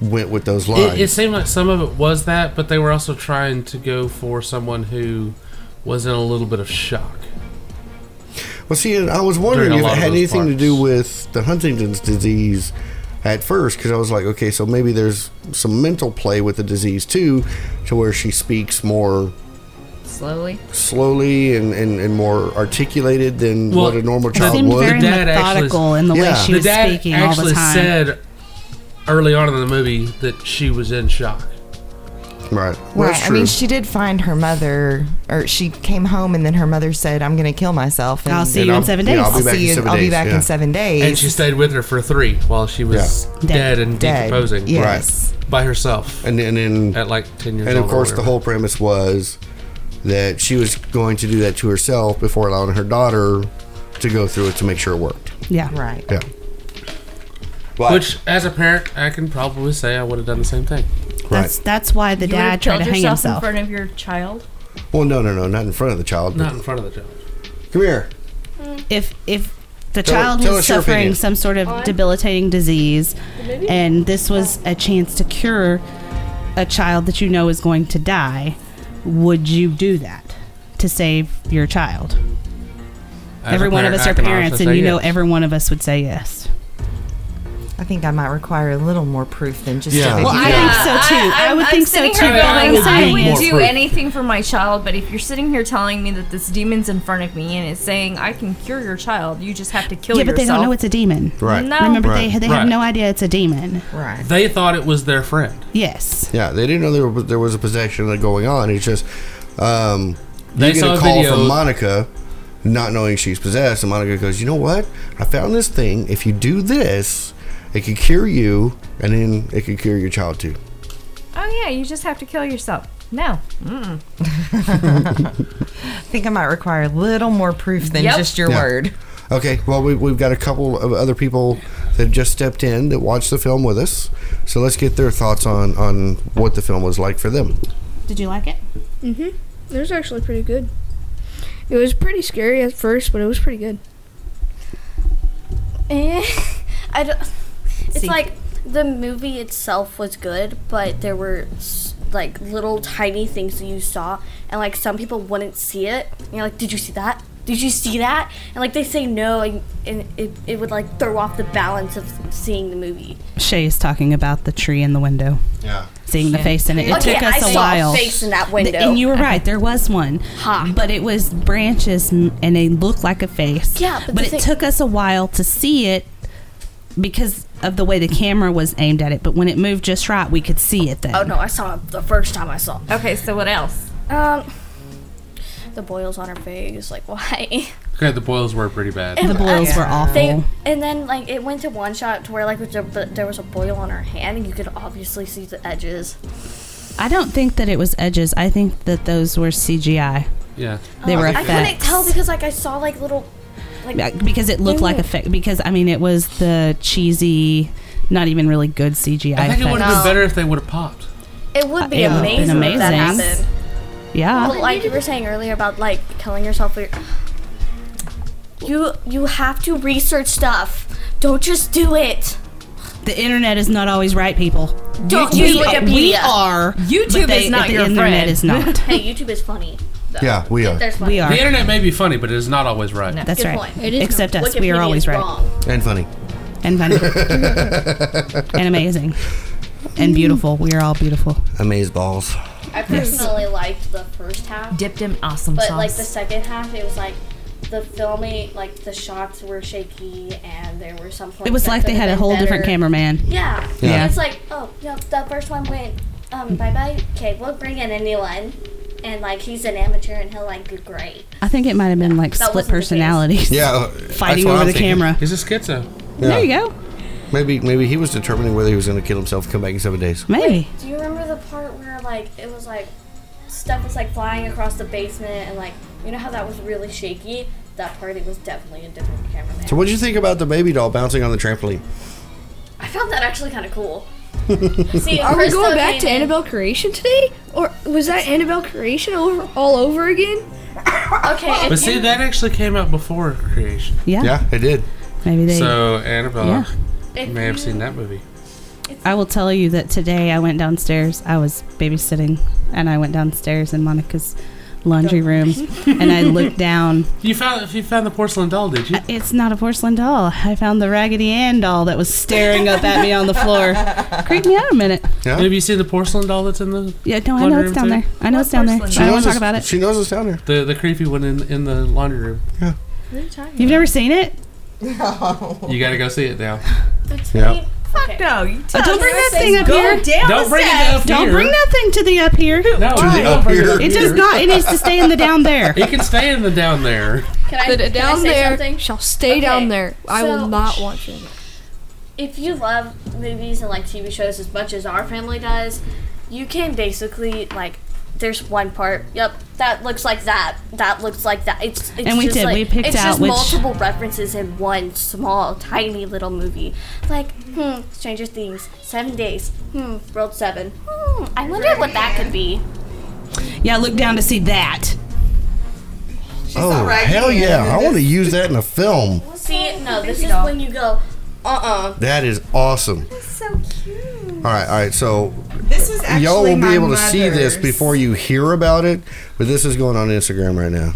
C: went with those lines.
F: It, it seemed like some of it was that, but they were also trying to go for someone who was in a little bit of shock.
C: well, see, and I was wondering if
F: During a
C: it
F: lot of
C: had
F: those
C: anything to do
F: parts.
C: with the Huntington's disease at first, because I was like, okay, so maybe there's some mental play with the disease too, to where she speaks more
G: Slowly.
C: slowly and, and, and more articulated than
F: Well,
C: what a normal
F: it
D: It
C: child
D: seemed
C: would.
D: very
F: The dad actually-
D: methodical in the way
C: Yeah.
D: she
C: The
D: was speaking all the
F: actually
D: time.
F: said early on in the movie that she was in shock.
C: right. Well,
E: Right.
C: that's
E: I mean,
C: true.
E: she did find her mother, or she came home, and then her mother said, "I'm going to kill myself." And
D: I'll see
C: And
D: you in
C: I'll-
D: seven
C: yeah,
D: days.
C: I'll
E: I'll
C: be back in
E: see you.
C: seven
E: I'll be
C: days,"
E: back
C: yeah.
E: in seven days.
F: And she stayed with her for three while she was
D: Yeah.
F: dead
D: Dead.
F: and
E: dead.
F: decomposing
E: Yes.
F: by herself
C: and then, and, then,
F: at like 10 years
C: and of
F: old or
C: course, the
F: whatever.
C: whole premise was that she was going to do that to herself before allowing her daughter to go through it to make sure it worked.
D: yeah.
E: Right.
C: Yeah. But,
F: Which, as a parent, I can probably say I would have done the same thing.
D: That's, that's why the
G: You would've
D: dad tried to
G: killed
D: hang
G: yourself
D: himself.
G: in front of your child.
C: well, no, no, no, not in front of the child.
F: Not
C: But,
F: in front of the child.
C: Come here.
D: if if the
C: Tell-
D: child
C: tell
D: was
C: us your opinion.
D: suffering some sort of debilitating disease and this was a chance to cure a child that you know is going to die would you do that to save your child
F: As a
D: every one of
F: parent,
D: us
F: I
D: are
F: can honestly
D: parents
F: say
D: and you know
F: yes.
D: every one of us would say yes
E: I think I might require a little more proof than just.
F: Yeah.
E: a
F: Well,
E: video.
D: I think so, too. I would
G: I'm
D: think so,
G: sitting
D: too,
G: here
D: but I'm
G: Going, I
D: saying
G: would
F: more
G: do
F: proof.
G: anything for my child, but if you're sitting here telling me that this demon's in front of me and it's saying I can cure your child, you just have to kill
D: yeah, but
G: yourself.
D: they don't know it's a demon.
C: Right.
G: No.
D: Remember,
C: Right.
D: they they
F: Right.
D: have no idea it's a demon.
E: right.
F: They thought it was their friend.
D: Yes.
C: Yeah, they didn't know there, was- there was a possession going on. It's just um,
F: They
C: you get
F: saw
C: a
F: a
C: call
F: video-
C: from Monica, not knowing she's possessed, and Monica goes, "You know what? I found this thing. If you do this, it could cure you, and then it could cure your child too."
G: oh yeah, you just have to kill yourself. No,
E: I think I might require a little more proof than
G: Yep.
E: just your
C: Yeah.
E: word.
C: Okay, well, we, we've got a couple of other people that just stepped in that watched the film with us. So let's get their thoughts on, on what the film was like for them.
D: Did you like it?
H: It was actually pretty good. It was pretty scary at first, but it was pretty good.
I: Eh, I don't, it's
G: See.
I: like the movie itself was good, but there were s- like little tiny things that you saw, and like some people wouldn't see it. And you're like, did you see that? Did you see that? And like they say no, and, and it, it would like throw off the balance of seeing the movie.
D: Shay's talking about the tree in the window,
C: Yeah.
D: seeing the face in it. It
I: okay,
D: took us
I: I
D: a
I: saw
D: while.
I: a face in that
D: Th-
I: window.
D: And you were right. There was one,
I: Ha.
D: but it was branches m- and they looked like a face.
I: Yeah, but
D: but
I: the
D: it
I: thing-
D: took us a while to see it because of the way the camera was aimed at it. But when it moved just right, we could see it. Then
I: oh no, I saw it the first time I saw. it.
G: Okay, so what else?
I: Um, the boils on her face, like why?
F: Okay, the boils were pretty bad.
D: the boils were awful.
I: They, and then like it went to one shot to where like there, there was a boil on her hand and you could obviously see the edges.
D: I don't think that it was edges. I think that those were CGI.
F: Yeah.
D: They were
I: Oh, I
D: effects.
I: couldn't tell because like I saw like little like
D: Yeah, because it looked like a fake. Because I mean, it was the cheesy, not even really good CGI.
F: I think it
D: effect.
F: would have been better if they would have popped.
I: it would be
D: It would've been
I: amazing, if that
D: amazing.
I: happened.
D: Yeah,
I: But like you were saying earlier about like killing yourself, with your- you you have to research stuff. Don't just do it.
D: the internet is not always right, people.
I: Don't
D: We,
I: use Wikipedia.
D: we are.
G: YouTube
D: but they-
G: is not
D: the
G: your
D: internet
G: friend.
D: is not.
I: Hey, YouTube is funny. though.
C: Yeah, we are.
I: There's funny.
D: We are.
F: The internet may be funny, but it is not always right.
D: That's
I: Good
D: right.
I: point. It
H: is
D: Except us,
I: Wikipedia
D: we are
I: is
D: always right
I: wrong.
C: And funny.
D: and funny and amazing and beautiful. We are all beautiful.
C: Amazed balls.
I: I personally liked the first half.
G: Dipped in awesome
I: But
G: sauce.
I: like the second half, it was like the filming, like the shots were shaky, and there were some. Points
D: It was
I: that
D: like they
I: could've
D: had a
I: been
D: whole different
I: better.
D: cameraman.
I: Yeah.
D: Yeah.
I: It's like oh, you know, the first one went um bye bye. Okay, we'll bring in a new one, and like he's an amateur and he'll like do great.
D: I think it might have been like
I: That
D: split
I: wasn't the case.
D: personalities.
C: Yeah. uh,
D: Fighting over the camera.
F: He's a schizo.
D: There you go.
C: Maybe maybe he was determining whether he was going to kill himself, come back in seven days.
D: Maybe.
I: Do you remember the part where like it was like stuff was like flying across the basement and like you know how that was really shaky? That part it was definitely a different cameraman.
C: So, what did you think about the baby doll bouncing on the trampoline?
I: I found that actually kind of cool. See,
H: Are we
I: first
H: going
I: though
H: back
I: came
H: to
I: in-
H: Annabelle Creation today, or was that Annabelle Creation over all over again?
I: Okay,
F: But see, that actually came out before creation.
D: Yeah.
C: Yeah, it did.
D: Maybe they.
F: So Annabelle
D: Yeah.
I: if
F: may have
I: you-
F: seen that movie.
D: I will tell you that today I went downstairs. I was babysitting, and I went downstairs in Monica's laundry room, and I looked down.
F: You found you found the porcelain doll, did you?
D: It's not a porcelain doll. I found the Raggedy Ann doll that was staring up at me on the floor. Creeped me out a minute.
C: Yeah.
F: Have you seen the porcelain doll that's in the
D: Yeah, no, I know
F: Laundry
D: it's
F: room
D: down there.
F: too?
D: I know
G: What
D: it's down there.
G: porcelain
D: I don't
C: knows
D: want to
C: us-
D: talk about it.
C: She knows us down here.
F: the, the creepy one in, in the laundry room?
D: You've never seen it?
F: You gotta go see it now.
C: Yeah.
I: Okay.
G: no, you
D: Uh, don't bring that thing up here.
F: Don't bring it up
D: Don't
F: here.
D: bring that thing to the up here.
F: No,
C: the
F: don't
C: up
F: bring it
C: here.
D: It does
F: here.
D: not. It needs to stay in the down there.
F: It can stay in the down there.
D: Oh
I: Can I,
H: The- the
I: can I
H: down
I: say
H: there
I: something?
H: shall stay
E: Oh,
I: Okay,
H: down there. I
I: so-
H: will not watch it.
I: If you love movies and like TV shows as much as our family does, you can basically like. There's one part. Yep, that looks like that. That looks like that. It's, it's
D: And we
I: just
D: did,
I: Like,
D: we picked
I: it's
D: out
I: just
D: which-
I: multiple references in one small, tiny little movie. Like, hmm, Stranger Things, Seven Days, hmm, World Seven. Hmm, I wonder what that could be.
D: Yeah, look down to see that.
C: Oh, hell yeah. I want to use that in a film.
I: See, no, this is when you go, uh-uh.
C: That is awesome.
G: so cute.
C: All right, all right. So,
E: This was actually
C: y'all will
E: my
C: be able to see this
E: mother's.
C: before you hear about it, but this is going on Instagram right now.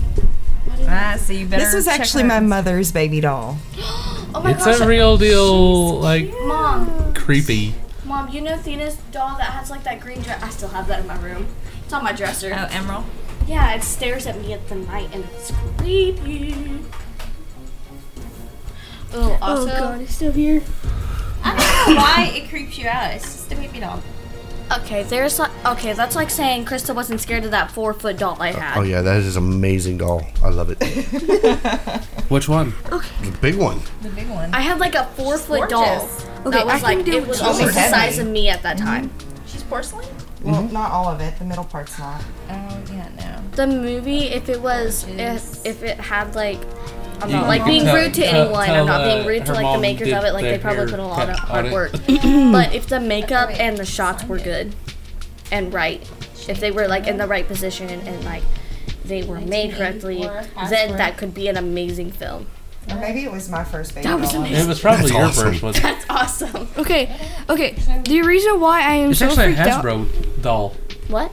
G: Ah, so you better.
E: This was
G: check
E: actually
G: her.
E: my mother's baby doll.
I: Oh my
F: It's
I: gosh.
F: a real deal, like
I: Mom,
F: creepy.
I: mom, you know Thena's doll that has like that green dress? I still have that in my room. It's on my dresser.
G: Oh, Emerald.
I: Yeah, it stares at me at the night and it's creepy. Oh, also,
H: oh god, he's still here.
J: I don't know why it creeps you out. It's just a baby doll.
I: okay, there's like, okay, that's like saying Krista wasn't scared of that four foot doll I had.
C: Oh yeah, that is amazing doll. I love it. It's
F: Which one?
C: a big one.
G: The big one.
I: I had like a four foot doll
G: gorgeous.
I: that was
H: I can
I: like
H: do
I: it was almost the
E: heavy.
I: size of me at that time.
G: She's porcelain?
E: Well, not all of it. The middle part's not.
G: Oh, yeah, no.
I: The movie, if it was,
G: Gorgeous.
I: if, if it had like. I'm
F: You-
I: not like
F: you
I: being
F: tell-
I: rude to
F: tell-
I: anyone.
F: tell,
I: I'm not being
F: uh,
I: rude to
F: her
I: like the
F: mom
I: makers
F: did
I: of it. Like they
F: their
I: probably
F: hair
I: put a lot of
F: cut on
I: hard
F: it.
I: work. but if the makeup
G: wait,
I: and the shots were good and right, if they were like in the right position and like they were made correctly,
J: 1984
I: then
J: password.
I: that could be an amazing film.
E: Or maybe it was my first baby.
I: That was
E: doll.
I: amazing.
F: It was probably
C: That's
F: your
C: awesome.
F: first one.
I: That's awesome.
H: Okay, okay. The reason why I am
F: It's
H: so
F: actually a
H: freaked out.
F: Hasbro doll.
I: What?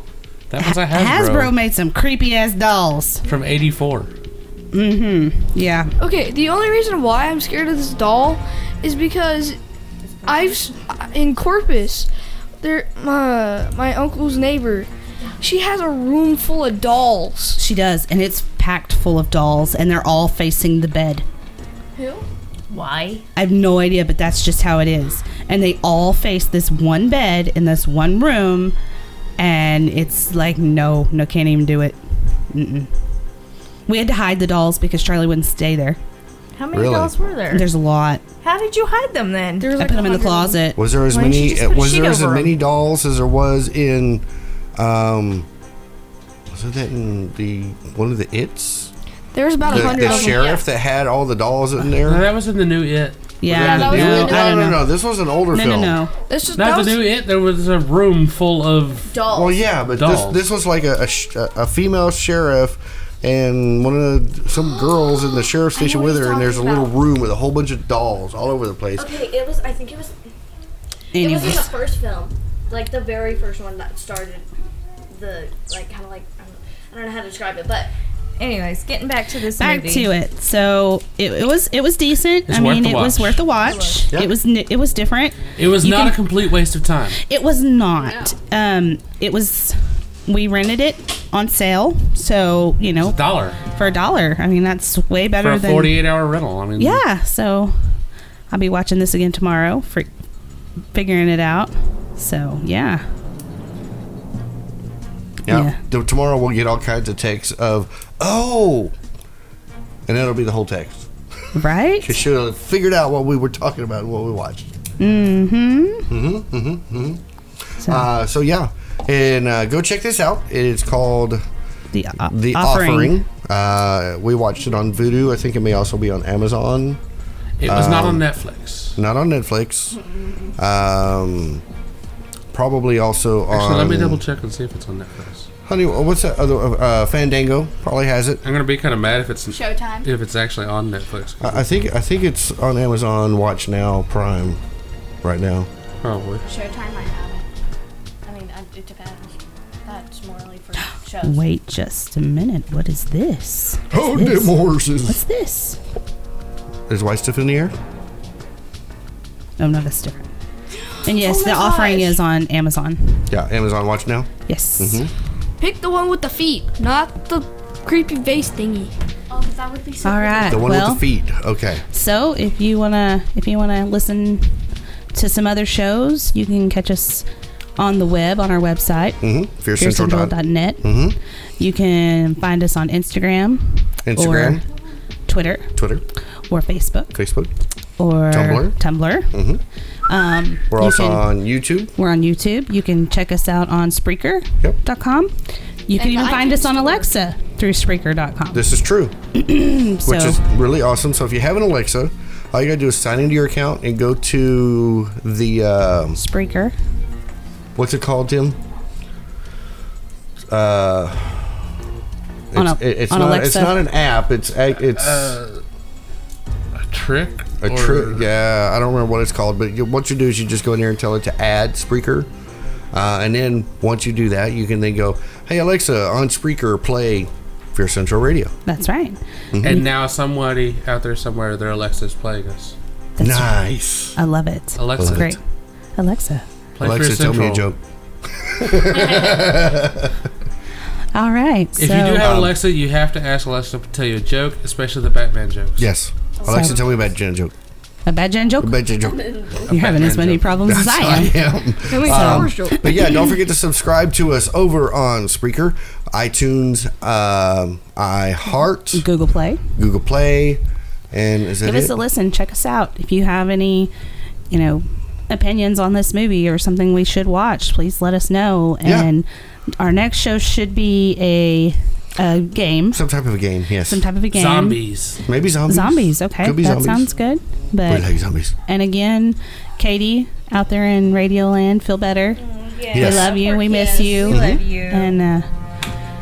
F: That was a
D: Hasbro
F: Hasbro,
D: made some creepy ass dolls.
F: from '84.
D: Mm-hmm. Yeah.
H: Okay, the only reason why I'm scared of this doll is because I've s- in Corpus, there my my uncle's neighbor, she has a room full of dolls.
D: She does, and it's packed full of dolls, and they're all facing the bed.
G: Why?
D: I have no idea, but that's just how it is. And they all face this one bed in this one room, and it's like, no, no, can't even do it. Mm-mm. We had to hide the dolls because Charlie wouldn't stay there.
G: How many
C: Really?
G: dolls were there?
D: There's a lot.
G: How did you hide them then?
H: There's
D: I
H: like
D: put them in the
H: 100
D: closet.
C: Was there as
G: Why don't you
C: many? uh,
G: just put a
C: Was there
G: sheet
C: as
G: over 'em?
C: many dolls as there was in? Um, was it that in the one of the its?
H: There's about
C: The,
H: a hundred
C: the
H: of them.
C: sheriff that had all the dolls in there.
F: No, that was in the new It.
D: Yeah.
F: that was
D: Oh, no,
F: really
D: I
C: no,
D: don't
C: no,
D: know.
C: no. This was an older
D: No, no,
C: film.
D: no.
H: That's just that
F: Not
H: was,
F: the new It. There was a room full of
I: Dolls.
C: Well, Oh, yeah, but this,
F: Dolls.
C: this was like a, a, sh- a a female sheriff and one of the, some girls in the sheriff's
I: I know
C: station
I: what
C: with
I: he's
C: her, and there's a
I: talking
C: little
I: about.
C: room with a whole bunch of dolls all over the place.
I: Okay, it was. I think it was. It was in
D: Anyways.
I: the first film, like the very first one that started the like kind of like I don't, I don't know how to describe it, but
G: Anyways, getting back to this
D: back
G: movie.
D: to it. So it, it was it was decent.
F: It's
D: I
F: worth
D: mean,
F: the
D: it was
F: watch.
D: worth a watch.
C: Yeah.
D: It was n- it was different.
F: It was
D: You
F: not
D: can-
F: a complete waste of time.
D: It was not. Um, it was we rented it on sale, so you know
F: Dollar
D: for a dollar. I mean, that's way
F: for
D: better
F: a
D: than
F: forty-eight hour rental. I mean,
D: yeah. So I'll be watching this again tomorrow for figuring it out. So yeah,
C: Yeah.
D: Yeah.
C: Th- Tomorrow we'll get all kinds of texts of, oh, and that'll be the whole text.
D: right.
C: You should have figured out what we were talking about and what we watched.
D: Mm-hmm. So
C: Mm-hmm,
F: Hmm.
C: Uh, so, yeah. And uh, go check this out. It's called
D: the uh, o-
C: The Offering. Uh, we watched it on Vudu. I think it may also be on Amazon.
F: it was not
C: Um,
F: on Netflix.
C: Not on Netflix. Um, probably also on.
F: Actually, let me double check and see if it's on Netflix.
C: Honey, what's that other? Uh, Fandango probably has it.
F: I'm gonna be kind of mad if it's
J: Showtime.
F: if it's actually on Netflix.
C: I I think I think it's on Amazon Watch Now Prime right now.
F: Probably.
J: Showtime, I have it. I mean,
I: uh,
J: I- it depends. That's morally for shows.
D: Wait just a minute. What is this?
C: Oh,
D: Yes.
C: damn horses!
D: What's this?
C: Is white stuff in the air?
D: Oh no, that's different. And yes, the offering is on Amazon.
C: Yeah, Amazon Watch Now.
D: Yes.
C: Mm-hmm.
H: Pick the one with the feet, not the creepy vase thingy.
J: Oh, that would be so
D: All right.
C: The one
D: well,
C: with the feet. Okay.
D: so if you wanna if you wanna listen to some other shows, you can catch us on the web on our website,
C: Mm-hmm. Fear Central. dot
D: fearcentral.net.
C: Mhm.
D: You can find us on Instagram,
C: Instagram,
D: Twitter,
C: Twitter,
D: or Facebook,
C: Facebook.
D: or
C: Tumblr.
D: Tumblr.
C: Mhm.
D: Um,
C: We're
D: you
C: also
D: can-
C: on YouTube.
D: We're on YouTube. You can check us out on Spreaker.com.
C: Yep.
D: dot com. You can
J: And
D: even
J: the
D: find us
J: iTunes
D: on
J: Store.
D: Alexa through Spreaker.com.
C: This is true, which
D: so
C: is really awesome. So if you have an Alexa, all you gotta do is sign into your account and go to the um,
D: Spreaker.
C: what's it called, Tim? Uh, it's,
D: On a-
C: it's
D: on
C: not it's
D: Alexa.
C: not an app. It's a- it's
F: Uh, A trick.
C: a
F: or-
C: trick. Yeah, I don't remember what it's called, but you, what you do is you just go in there and tell it to add Spreaker, uh, and then once you do that, you can then go, "Hey Alexa, on Spreaker, play Fear Central Radio."
D: That's right.
C: Mm.
F: And now somebody out there somewhere, their Alexa's playing us.
D: That's
C: nice.
D: I love it.
F: Alexa.
D: It's great. Alexa.
F: Play
C: Alexa,
F: Fear
C: tell me a
F: Central.
C: joke.
D: All right.
F: If
D: so
F: you do have
C: Um,
F: Alexa, you have to ask Alexa to tell you a joke, especially the Batman jokes.
C: Yes. Alexa, tell me about Jen joke.
D: a bad Jen joke,
C: About Jen joke.
D: you're having as
F: Batman
D: many
F: joke.
D: problems as I am.
C: am.
H: Um,
C: But yeah, don't forget to subscribe to us over on Spreaker, iTunes, um, iHeart,
D: Google Play.
C: Google Play, and is that
D: Give
C: it?
D: us a listen. Check us out. If you have any, you know, opinions on this movie or something we should watch, please let us know.
C: Yeah.
D: And our next show should be a, a game,
C: Some type of a game, Mm-hmm. yes.
D: some type of a game.
F: Zombies.
C: Maybe zombies.
D: Zombies. Okay,
C: Could be
D: that
C: zombies.
D: sounds good.
C: We
D: But
C: like zombies.
D: and again, Katie out there in Radio Land, feel better.
C: Yes.
D: We love you. We miss you.
G: We love you.
D: And uh,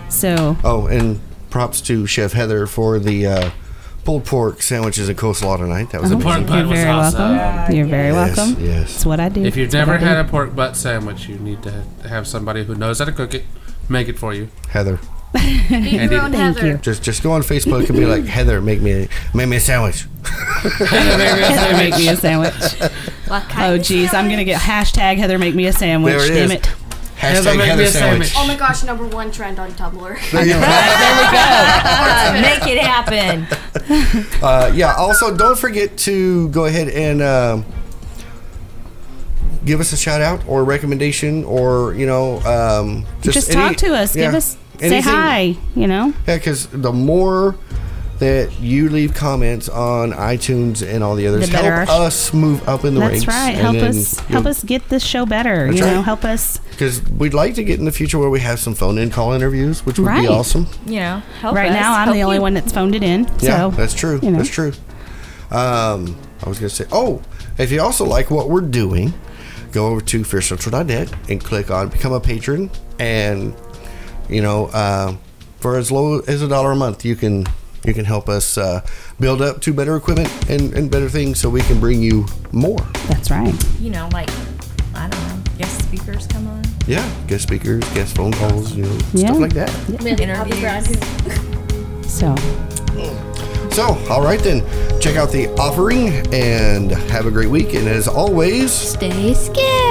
D: so
C: Oh, and props to Chef Heather for the uh, pulled pork sandwiches and coleslaw tonight. That was
D: Oh,
C: a
F: Pork
D: you're
F: butt was
D: very
F: awesome.
D: welcome. You're very
C: Uh, Yes,
D: welcome.
C: yes.
D: It's what I do.
F: If you've
D: It's what
F: never
D: I do.
F: had a pork butt sandwich, you need to have somebody who knows how to cook it make it for you.
C: Heather.
J: Eat
F: Andy.
J: your own
D: Thank
J: Heather.
D: you.
C: Just just go on Facebook and be like, Heather, make me make me a sandwich.
D: Heather, make me a sandwich.
J: What kind
D: Oh,
J: of
D: geez, I'm gonna
J: sandwich?
D: get hashtag Heather, make me a sandwich.
C: There it
D: Damn
C: is.
D: it.
C: Hashtag
F: make me
C: Heather
F: a
C: sandwich.
F: sandwich.
J: Oh my gosh, number one trend on Tumblr.
C: There you go.
G: Make it happen.
C: Uh, yeah. Also, don't forget to go ahead and um give us a shout out or recommendation or you know um,
D: Just, talk to us. Give us say hi. You know,
C: Yeah, because the more that you leave comments on iTunes and all the others,
D: The better
C: help
D: our-
C: us move up in the
D: that's
C: ranks.
D: right. Help us help us get this show better.
C: That's
D: you know,
C: right.
D: help us.
C: because we'd like to get in the future where we have some phone in call interviews, which would be
D: Right.
C: awesome.
G: You know, help
D: right
G: us,
D: now, I'm
G: help
D: the only
G: you.
D: one that's phoned it in.
C: Yeah,
D: so
C: that's true.
D: you know.
C: That's true. Um, I was gonna say, oh, if you also like what we're doing, go over to fearcentral.net and click on become a patron, and you know, uh, for as low as a dollar a month, you can you can help us uh, build up to better equipment and, and better things, so we can bring you more.
D: that's right.
G: You know, like I don't know. Guest speakers come on.
C: Yeah, guest speakers, guest phone calls, you know,
D: Yeah.
C: stuff like that.
G: Interviews.
D: So
C: So, all right then, check out the offering and have a great week. And as always.
J: Stay scared.